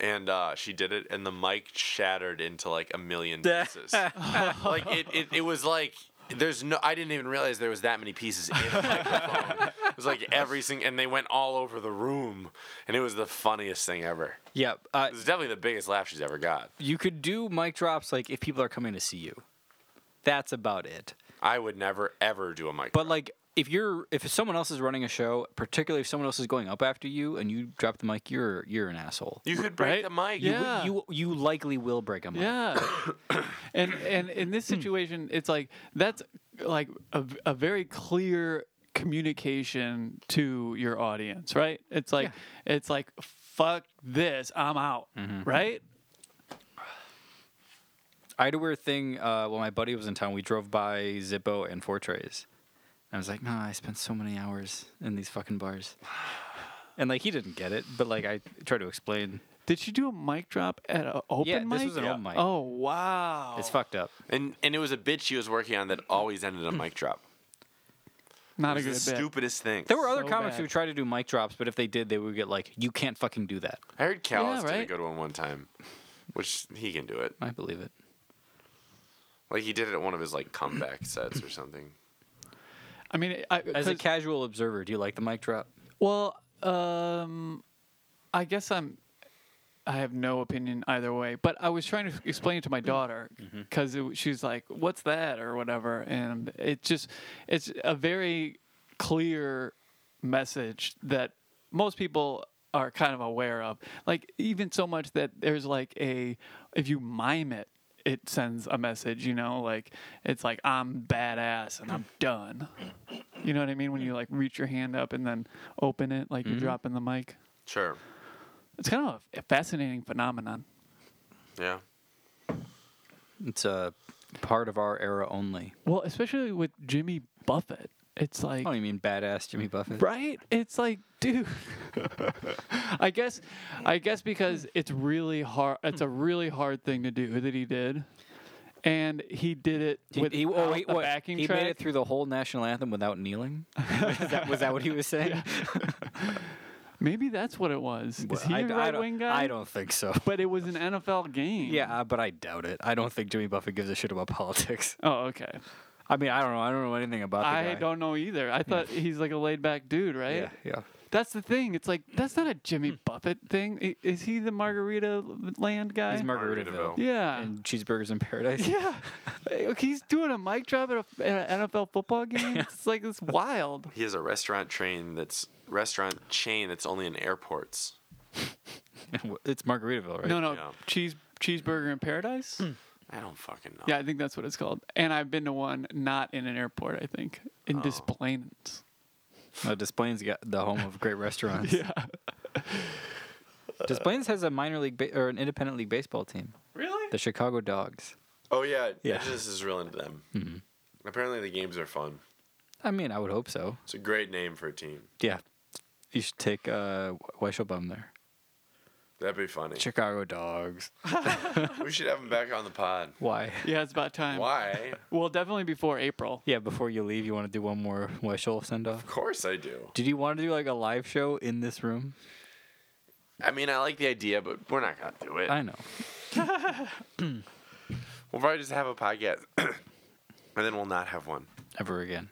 S4: and uh, she did it, and the mic shattered into like a million pieces. like it, it, it was like there's no. I didn't even realize there was that many pieces in the microphone. it was like every single, and they went all over the room, and it was the funniest thing ever.
S1: Yeah. Uh,
S4: It was definitely the biggest laugh she's ever got.
S1: you could do mic drops like if people are coming to see you. That's about it.
S4: I would never ever do a mic.
S1: But like, if you're if someone else is running a show, particularly if someone else is going up after you and you drop the mic, you're you're an asshole.
S4: you could break
S3: right?
S4: the mic.
S3: Yeah.
S1: You you likely will break a mic.
S3: Yeah. and and in
S1: Hmm.
S3: this situation, it's like that's like a, a very clear communication to your audience, right? It's like it's like fuck this, I'm out,
S1: Mm-hmm.
S3: right?
S1: I had to wear a thing uh, when my buddy was in town. We drove by Zippo and Four Trays. And I was like, no, I spent so many hours in these fucking bars. And like he didn't get it, but like I tried to explain.
S3: Did you do a mic drop at an open
S1: Yeah,
S3: mic?
S1: this was an open mic.
S3: Oh wow!
S1: It's fucked up.
S4: And and it was a bit she was working on that always ended in a mic drop.
S3: Mm. Not
S4: It
S3: a good
S4: was the
S3: bit.
S4: stupidest thing.
S1: There were other
S3: So
S1: comics
S3: bad.
S1: who tried to do mic drops, but if they did, they would get like, you can't fucking do that.
S4: I heard Callis did a
S3: right?
S4: good one one time, which he can do it.
S1: I believe it.
S4: Like he did it at one of his like comeback sets or something.
S3: I mean, I,
S1: As a
S3: 'cause-
S1: casual observer, do you like the mic drop?
S3: well, um, I guess I'm. I have no opinion either way. But I was trying to explain it
S1: Mm-hmm.
S3: to my daughter because she's like, "What's that?" or whatever, and it just it's a very clear message that most people are kind of aware of. Like even so much that there's like a if you mime it. It sends a message, you know, like it's like I'm badass and I'm done. You know what I mean? When you like reach your hand up and then open it, like you're dropping the mic.
S4: Sure.
S3: It's kind of a fascinating phenomenon.
S4: Yeah.
S1: It's a part of our era only.
S3: Well, especially with Jimmy Buffett. It's like,
S1: Oh, you mean badass Jimmy Buffett?
S3: right? It's like, dude. I guess, I guess because it's really hard. It's a really hard thing to do that he did, and he did it
S1: He,
S3: with
S1: he, oh, wait,
S3: the
S1: what?
S3: backing
S1: he
S3: track.
S1: made it through the whole national anthem without kneeling. Is that, was that what he was saying?
S3: Maybe that's what it was.
S1: Well,
S3: Is he
S1: I,
S3: a
S1: I
S3: right
S1: don't-
S3: wing guy?
S1: I don't think so.
S3: But it was an NFL game.
S1: Yeah, uh, but I doubt it. I don't think Jimmy Buffett gives a shit about politics.
S3: Oh, okay.
S1: I mean, I don't know. I don't know anything about the guy.
S3: I don't know either. I thought he's like a laid back dude, right?
S1: Yeah, Hmm. yeah.
S3: That's the thing. It's like that's not a Jimmy Buffett thing. I- Is he the Margarita Land guy?
S1: He's Margaritaville.
S4: Margaritaville.
S3: yeah.
S1: And cheeseburgers in paradise.
S3: yeah. Like, He's doing a mic drop at, a, at an NFL football game. It's like it's wild.
S4: He has a restaurant train that's restaurant chain that's only in airports.
S1: it's Margaritaville, right? Hmm.
S3: No, no.
S4: Yeah.
S3: Cheese cheeseburger in paradise?
S4: I don't fucking know.
S3: yeah, I think that's what it's called. And I've been to one not in an airport, I think.
S1: Oh.
S3: In Des Plaines.
S1: Uh, Des Plaines got the home of great restaurants. yeah. Des Plaines has a minor league ba- or an independent league baseball team,
S3: Really?
S1: the Chicago Dogs.
S4: Oh yeah.
S1: Yeah.
S4: This is real into them.
S3: Mm-hmm.
S4: Apparently the games are fun.
S1: I mean, I would hope so.
S4: It's a great name for a team.
S1: Yeah. You should take uh, Weishelbaum there.
S4: That'd be funny.
S1: Chicago Dogs.
S4: we should have him back on the pod.
S1: Why?
S3: Yeah, it's about time.
S4: Why?
S3: Well, definitely before April.
S1: Yeah, before you leave, you want to do one more Weishel send off?
S4: Of course I do.
S1: Did you want to do like a live show in this room?
S4: I mean, I like the idea, but we're not gonna do it.
S1: I know.
S4: We'll probably just have a podcast, and then we'll not have one.
S1: Ever again.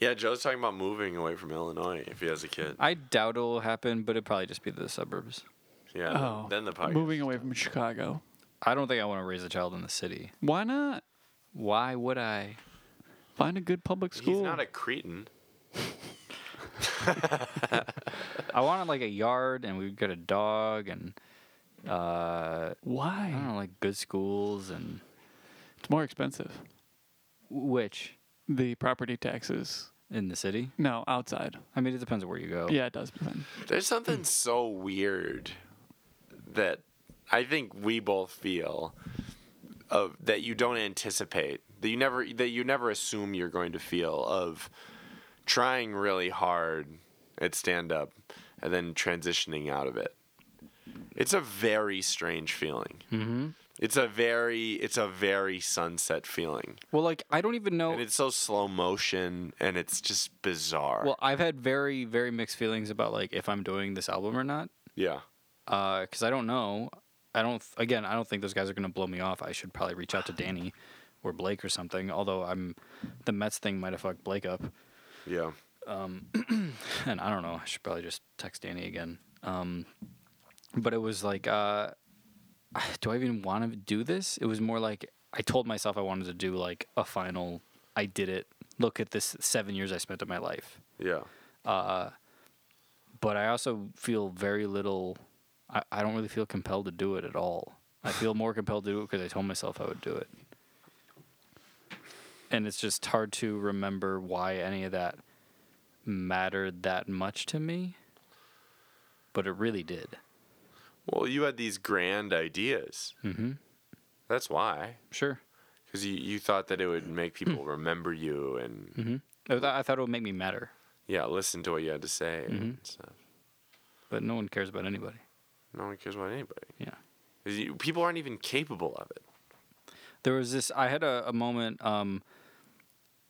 S4: Yeah, Joe's talking about moving away from Illinois if he has a kid.
S1: I doubt it'll happen, but it'd probably just be the suburbs.
S4: Yeah.
S3: Oh.
S4: Then the podcast.
S3: Moving away from Chicago.
S1: I don't think I want to raise a child in the city.
S3: Why not?
S1: Why would I?
S3: Find a good public school.
S4: He's not a Cretan.
S1: I wanted like a yard, and we'd get a dog, and
S3: Why?
S1: I don't know, like good schools, and
S3: It's more expensive.
S1: which
S3: The property taxes.
S1: in the city.
S3: No, outside.
S1: I mean, it depends on where you go.
S4: Oh.
S3: Yeah, it does depend.
S4: There's something so weird that I think we both feel of that you don't anticipate that you never that you never assume you're going to feel of trying really hard at stand up and then transitioning out of it. It's a very strange feeling. Mm-hmm. It's a very it's a very sunset feeling,
S1: Well, like I don't even know.
S4: and it's so slow motion, and it's just bizarre.
S1: Well, I've had very, very mixed feelings about like if I'm doing this album or not,
S4: yeah.
S1: because I don't know. I don't. th- Again, I don't think those guys are going to blow me off. I should probably reach out to Danny or Blake or something. Although I'm, the Mets thing might have fucked Blake up.
S4: Yeah.
S1: and I don't know. I should probably just text Danny again. Um, but it was like, uh, do I even want to do this? It was more like I told myself I wanted to do like a final. I did it. Look at this seven years I spent of my life.
S4: Yeah.
S1: But I also feel very little. I, I don't really feel compelled to do it at all. I feel more compelled to do it because I told myself I would do it. And it's just hard to remember why any of that mattered that much to me. But it really did.
S4: Well, you had these grand ideas. Mm-hmm. That's why,
S1: Sure.
S4: because you, you thought that it would make people remember you and
S1: I thought, I thought it would make me matter,
S4: yeah, listen to what you had to say and stuff.
S1: but no one cares about anybody.
S4: No one cares about anybody.
S1: Yeah.
S4: 'Cause You, people aren't even capable of it.
S1: There was this. I had a, a moment. Um,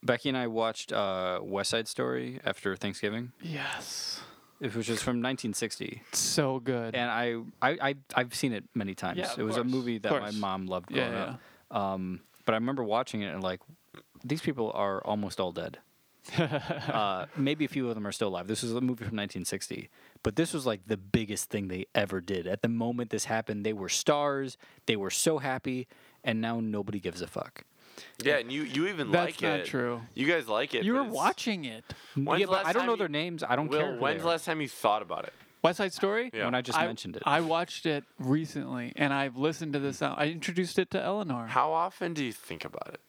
S1: Becky and I watched uh, West Side Story after Thanksgiving,
S3: Yes.
S1: It which is from 1960,
S3: So good.
S1: and I, I, I I've seen it many times.
S3: Yeah, of
S1: it was a
S3: course.
S1: movie
S3: Of
S1: that my
S3: course.
S1: mom loved
S3: Yeah,
S1: growing up. Um, but I remember watching it and like, these people are almost all dead. uh, maybe a few of them are still alive. This was a movie from 1960, but this was like the biggest thing they ever did. At the moment this happened, they were stars. They were so happy, and now nobody gives a fuck.
S4: Yeah, and you you even like
S3: That's not
S4: it.
S3: true.
S4: You guys like it.
S3: You
S4: but
S3: were
S4: it's-
S3: watching it.
S4: When's
S1: yeah,
S4: the
S1: but
S4: last
S1: I don't
S4: time
S1: know
S4: you-
S1: their names. I don't
S4: Will,
S1: care. who they
S4: when's the
S1: are.
S4: last time you thought about it?
S3: West Side Story.
S4: Yeah.
S1: when I just
S3: I,
S1: mentioned it?
S3: I watched it recently, and I've listened to this. song. I introduced it to Eleanor.
S4: How often do you think about it?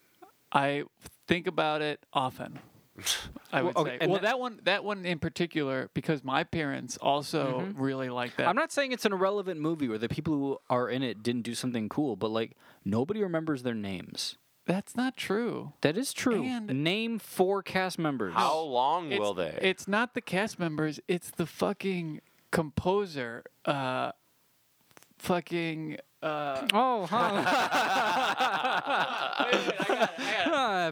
S3: I think about it often. I would
S1: okay,
S3: say.
S1: and
S3: Well,
S1: that-
S3: that one, that one in particular, because my parents also really liked that.
S1: Mm-hmm. I'm not saying it's an irrelevant movie or the people who are in it didn't do something cool, but like nobody remembers their names.
S3: That's not true.
S1: That is true.
S3: And-
S1: Name four cast members.
S4: How long
S3: It's-
S4: will they?
S3: It's not the cast members. It's the fucking composer. Uh, fucking. Uh,
S1: Oh, huh.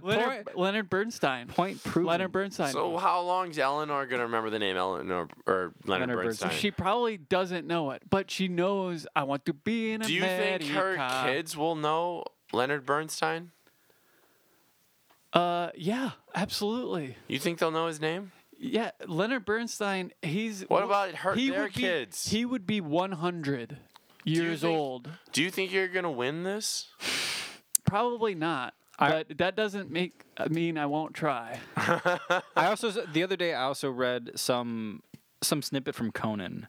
S3: Leonard, Leonard Bernstein.
S1: Point proven.
S3: Leonard Bernstein.
S4: So how long's Eleanor gonna remember the name Eleanor or Leonard,
S1: Leonard
S4: Bernstein?
S1: Bernstein.
S3: she probably doesn't know it, but she knows I want to be in
S4: Do you think
S3: America.
S4: her kids will know Leonard Bernstein?
S3: Uh, yeah, absolutely.
S4: You think they'll know his name?
S3: Yeah, Leonard Bernstein. He's
S4: What about her-
S3: He
S4: their
S3: would be-
S4: kids?
S3: he would be 100 years
S4: think-
S3: old.
S4: Do you think you're gonna win this?
S3: Probably not. but that doesn't make I mean I won't try.
S1: I also s- the other day I also read some some snippet from Conan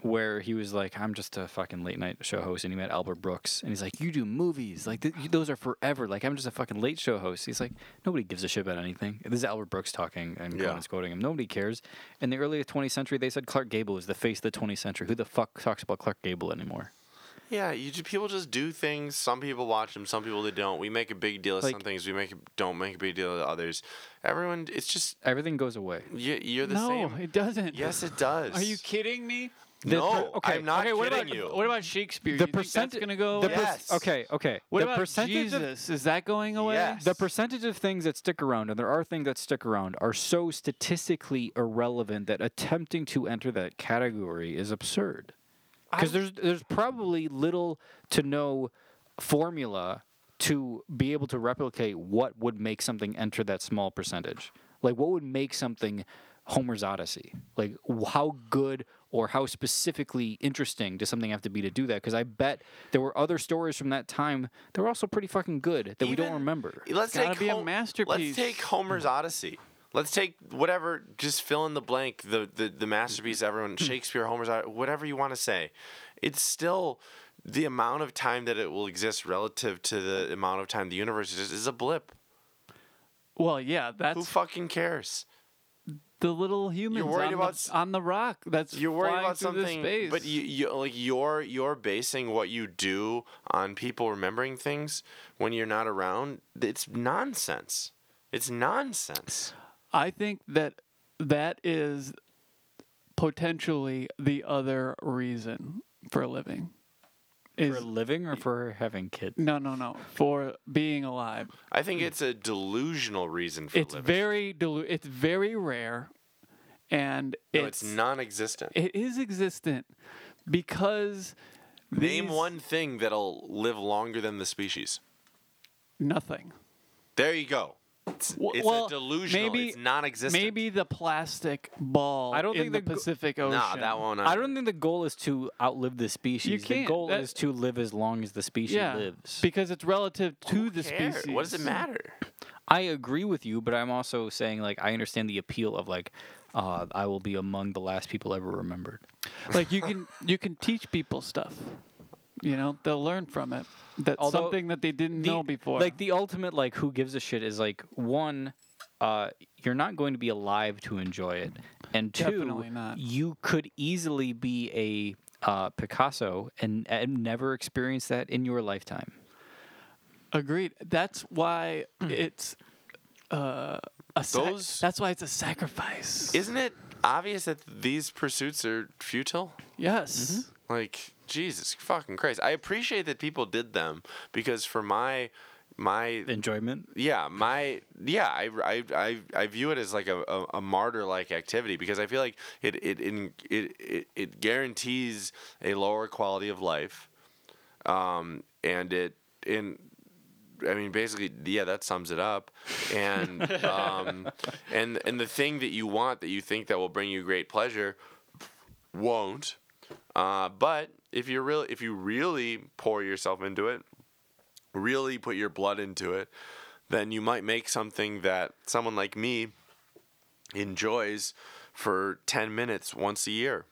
S1: where he was like, "I'm just a fucking late night show host," and he met Albert Brooks, and he's like, "You do movies like th- you- those are forever. Like I'm just a fucking late show host." He's like, "Nobody gives a shit about anything." This is Albert Brooks talking, and
S4: Yeah.
S1: Conan's quoting him. Nobody cares. In the early 20th century, they said Clark Gable is the face of the 20th century. Who the fuck talks about Clark Gable anymore?
S4: Yeah, you ju- people just do things. Some people watch them, some people they don't. We make a big deal of
S1: Like-
S4: some things. We make a, don't make a big deal of others. Everyone, it's just
S1: Everything goes away.
S4: you, you're the
S3: no,
S4: same.
S3: it doesn't.
S4: Yes, it does.
S3: Are you kidding me?
S4: No,
S1: okay,
S4: I'm not
S3: okay, what
S4: kidding
S3: about
S4: you.
S3: what about Shakespeare?
S1: The
S3: you think that's
S1: percent-
S3: gonna go
S1: the
S3: away?
S1: per-
S4: Yes.
S1: okay, okay.
S3: What
S1: the
S3: about
S1: percentage of-
S3: Jesus? Is that going away?
S4: Yes.
S1: The percentage of things that stick around, and there are things that stick around, are so statistically irrelevant that attempting to enter that category is absurd. Because there's there's probably little to no formula to be able to replicate what would make something enter that small percentage. Like what would make something Homer's Odyssey? Like w- how good or how specifically interesting does something have to be to do that? Because I bet there were other stories from that time that were also pretty fucking good that we don't
S4: Even-
S1: remember.
S4: Let's
S3: gotta
S4: take
S3: be a
S4: Hom- Let's
S3: masterpiece.
S4: take Homer's Odyssey. Let's take whatever. Just fill in the blank. The the, the masterpiece. Everyone Shakespeare, Homer's Odyssey, whatever you want to say. It's still the amount of time that it will exist relative to the amount of time the universe is, is a blip.
S3: Well, yeah, that's
S4: Who fucking cares?
S3: the little humans
S4: worried
S3: on,
S4: about s-
S3: the, on the rock. That's
S4: You're worried
S3: flying
S4: about
S3: through this
S4: something,
S3: space.
S4: but you, you like you're you're basing what you do on people remembering things when you're not around. It's nonsense. It's nonsense.
S3: I think that that is potentially the other reason for a living. Is
S1: for living or for having kids?
S3: no, no, no, for being alive.
S4: I think it's a delusional reason for
S3: Hmm. it's
S4: living.
S3: very delu- It's very rare, and
S4: No,
S3: it's,
S4: it's, non-existent.
S3: It is existent because
S4: Name
S3: these-
S4: one thing that'll live longer than the species.
S3: nothing.
S4: There you go. It's,
S3: W-
S4: it's
S3: well,
S4: a delusional.
S3: maybe-
S4: it's non-existent.
S3: Maybe the plastic ball.
S1: I don't
S3: in
S1: think
S3: the
S1: the go-
S3: Pacific Ocean.
S4: Nah, that uh, won't.
S1: I don't think the goal is to outlive the species.
S3: can't.
S1: The goal
S3: That-
S1: is to live as long as the species
S3: Yeah,
S1: lives.
S3: because it's relative to the
S4: care.
S3: species.
S4: What does it matter?
S1: I agree with you, but I'm also saying like I understand the appeal of like uh, I will be among the last people ever remembered.
S3: like you can you can teach people stuff you know they'll learn from it that's
S1: Although
S3: something that they didn't
S1: The-
S3: know before
S1: Like the ultimate like who gives a shit is like one, uh, you're not going to be alive to enjoy it, and two,
S3: Definitely not.
S1: you could easily be a uh, Picasso and, and never experience that in your lifetime.
S3: agreed that's why
S1: Mm.
S3: it's uh a sac-
S4: Those-
S3: that's why it's a sacrifice
S4: Isn't it obvious that these pursuits are futile?
S3: yes
S4: Mm-hmm. Like Jesus fucking Christ. I appreciate that people did them because for my my
S1: Enjoyment.
S4: yeah my yeah I, I, I, I view it as like a, a, a martyr like activity because i feel like it it, in, it it it guarantees a lower quality of life um and it in I mean, basically, yeah, that sums it up. And um, and and the thing that you want that you think that will bring you great pleasure won't. Uh, but if you really if you really pour yourself into it, really put your blood into it, then you might make something that someone like me enjoys for 10 minutes once a year.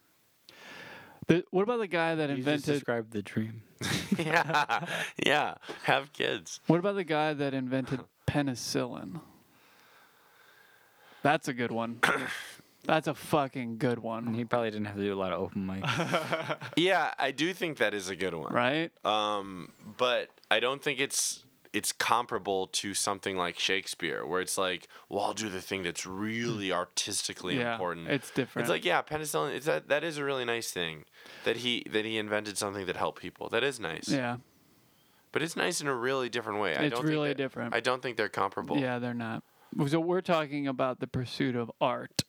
S3: The, what about the guy that
S1: You just
S3: invented?
S1: described the dream.
S4: yeah. Yeah, have kids.
S3: What about the guy that invented penicillin? That's a good one. That's a fucking good one,
S1: He probably didn't have to do a lot of open mic.
S4: Yeah, I do think that is a good one.
S3: right?
S4: Um, but I don't think it's it's comparable to something like Shakespeare, where it's like, well, I'll do the thing that's really artistically
S3: Yeah,
S4: important.
S3: it's different.
S4: It's like, yeah, penicillin. It's that that is a really nice thing that he that he invented something that helped people. That is nice.
S3: yeah,
S4: But it's nice in a really different way. I
S3: It's
S4: don't think
S3: really
S4: that-
S3: different.
S4: I don't think they're comparable.
S3: yeah, they're not. So we're talking about the pursuit of art.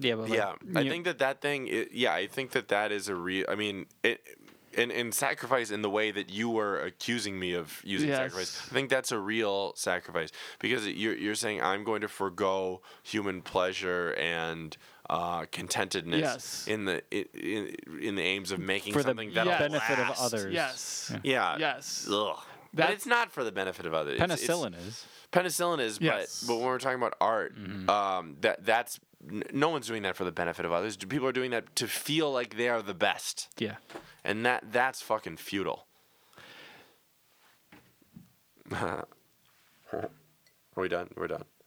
S1: yeah, but like,
S4: Yeah, I
S1: you-
S4: think that that thing. i yeah, I think that that is a real. I mean, it, in in sacrifice in the way that you were accusing me of using
S3: Yes.
S4: sacrifice. I think that's a real sacrifice because you're you're saying I'm going to forego human pleasure and uh, contentedness
S3: Yes.
S4: in the i- in, in the aims of making
S1: for the
S4: something that'll
S1: benefit
S4: last.
S1: of others.
S3: Yes.
S4: Yeah.
S3: Yes.
S4: Ugh. But
S3: That's-
S4: it's not for the benefit of others. It's- it's-
S1: penicillin is. Mm-hmm.
S4: penicillin is
S3: Yes.
S4: but but when we're talking about art
S1: Mm.
S4: um that that's n- no one's doing that for the benefit of others people are doing that to feel like they are the best
S1: Yeah,
S4: and that that's fucking futile are we done we're done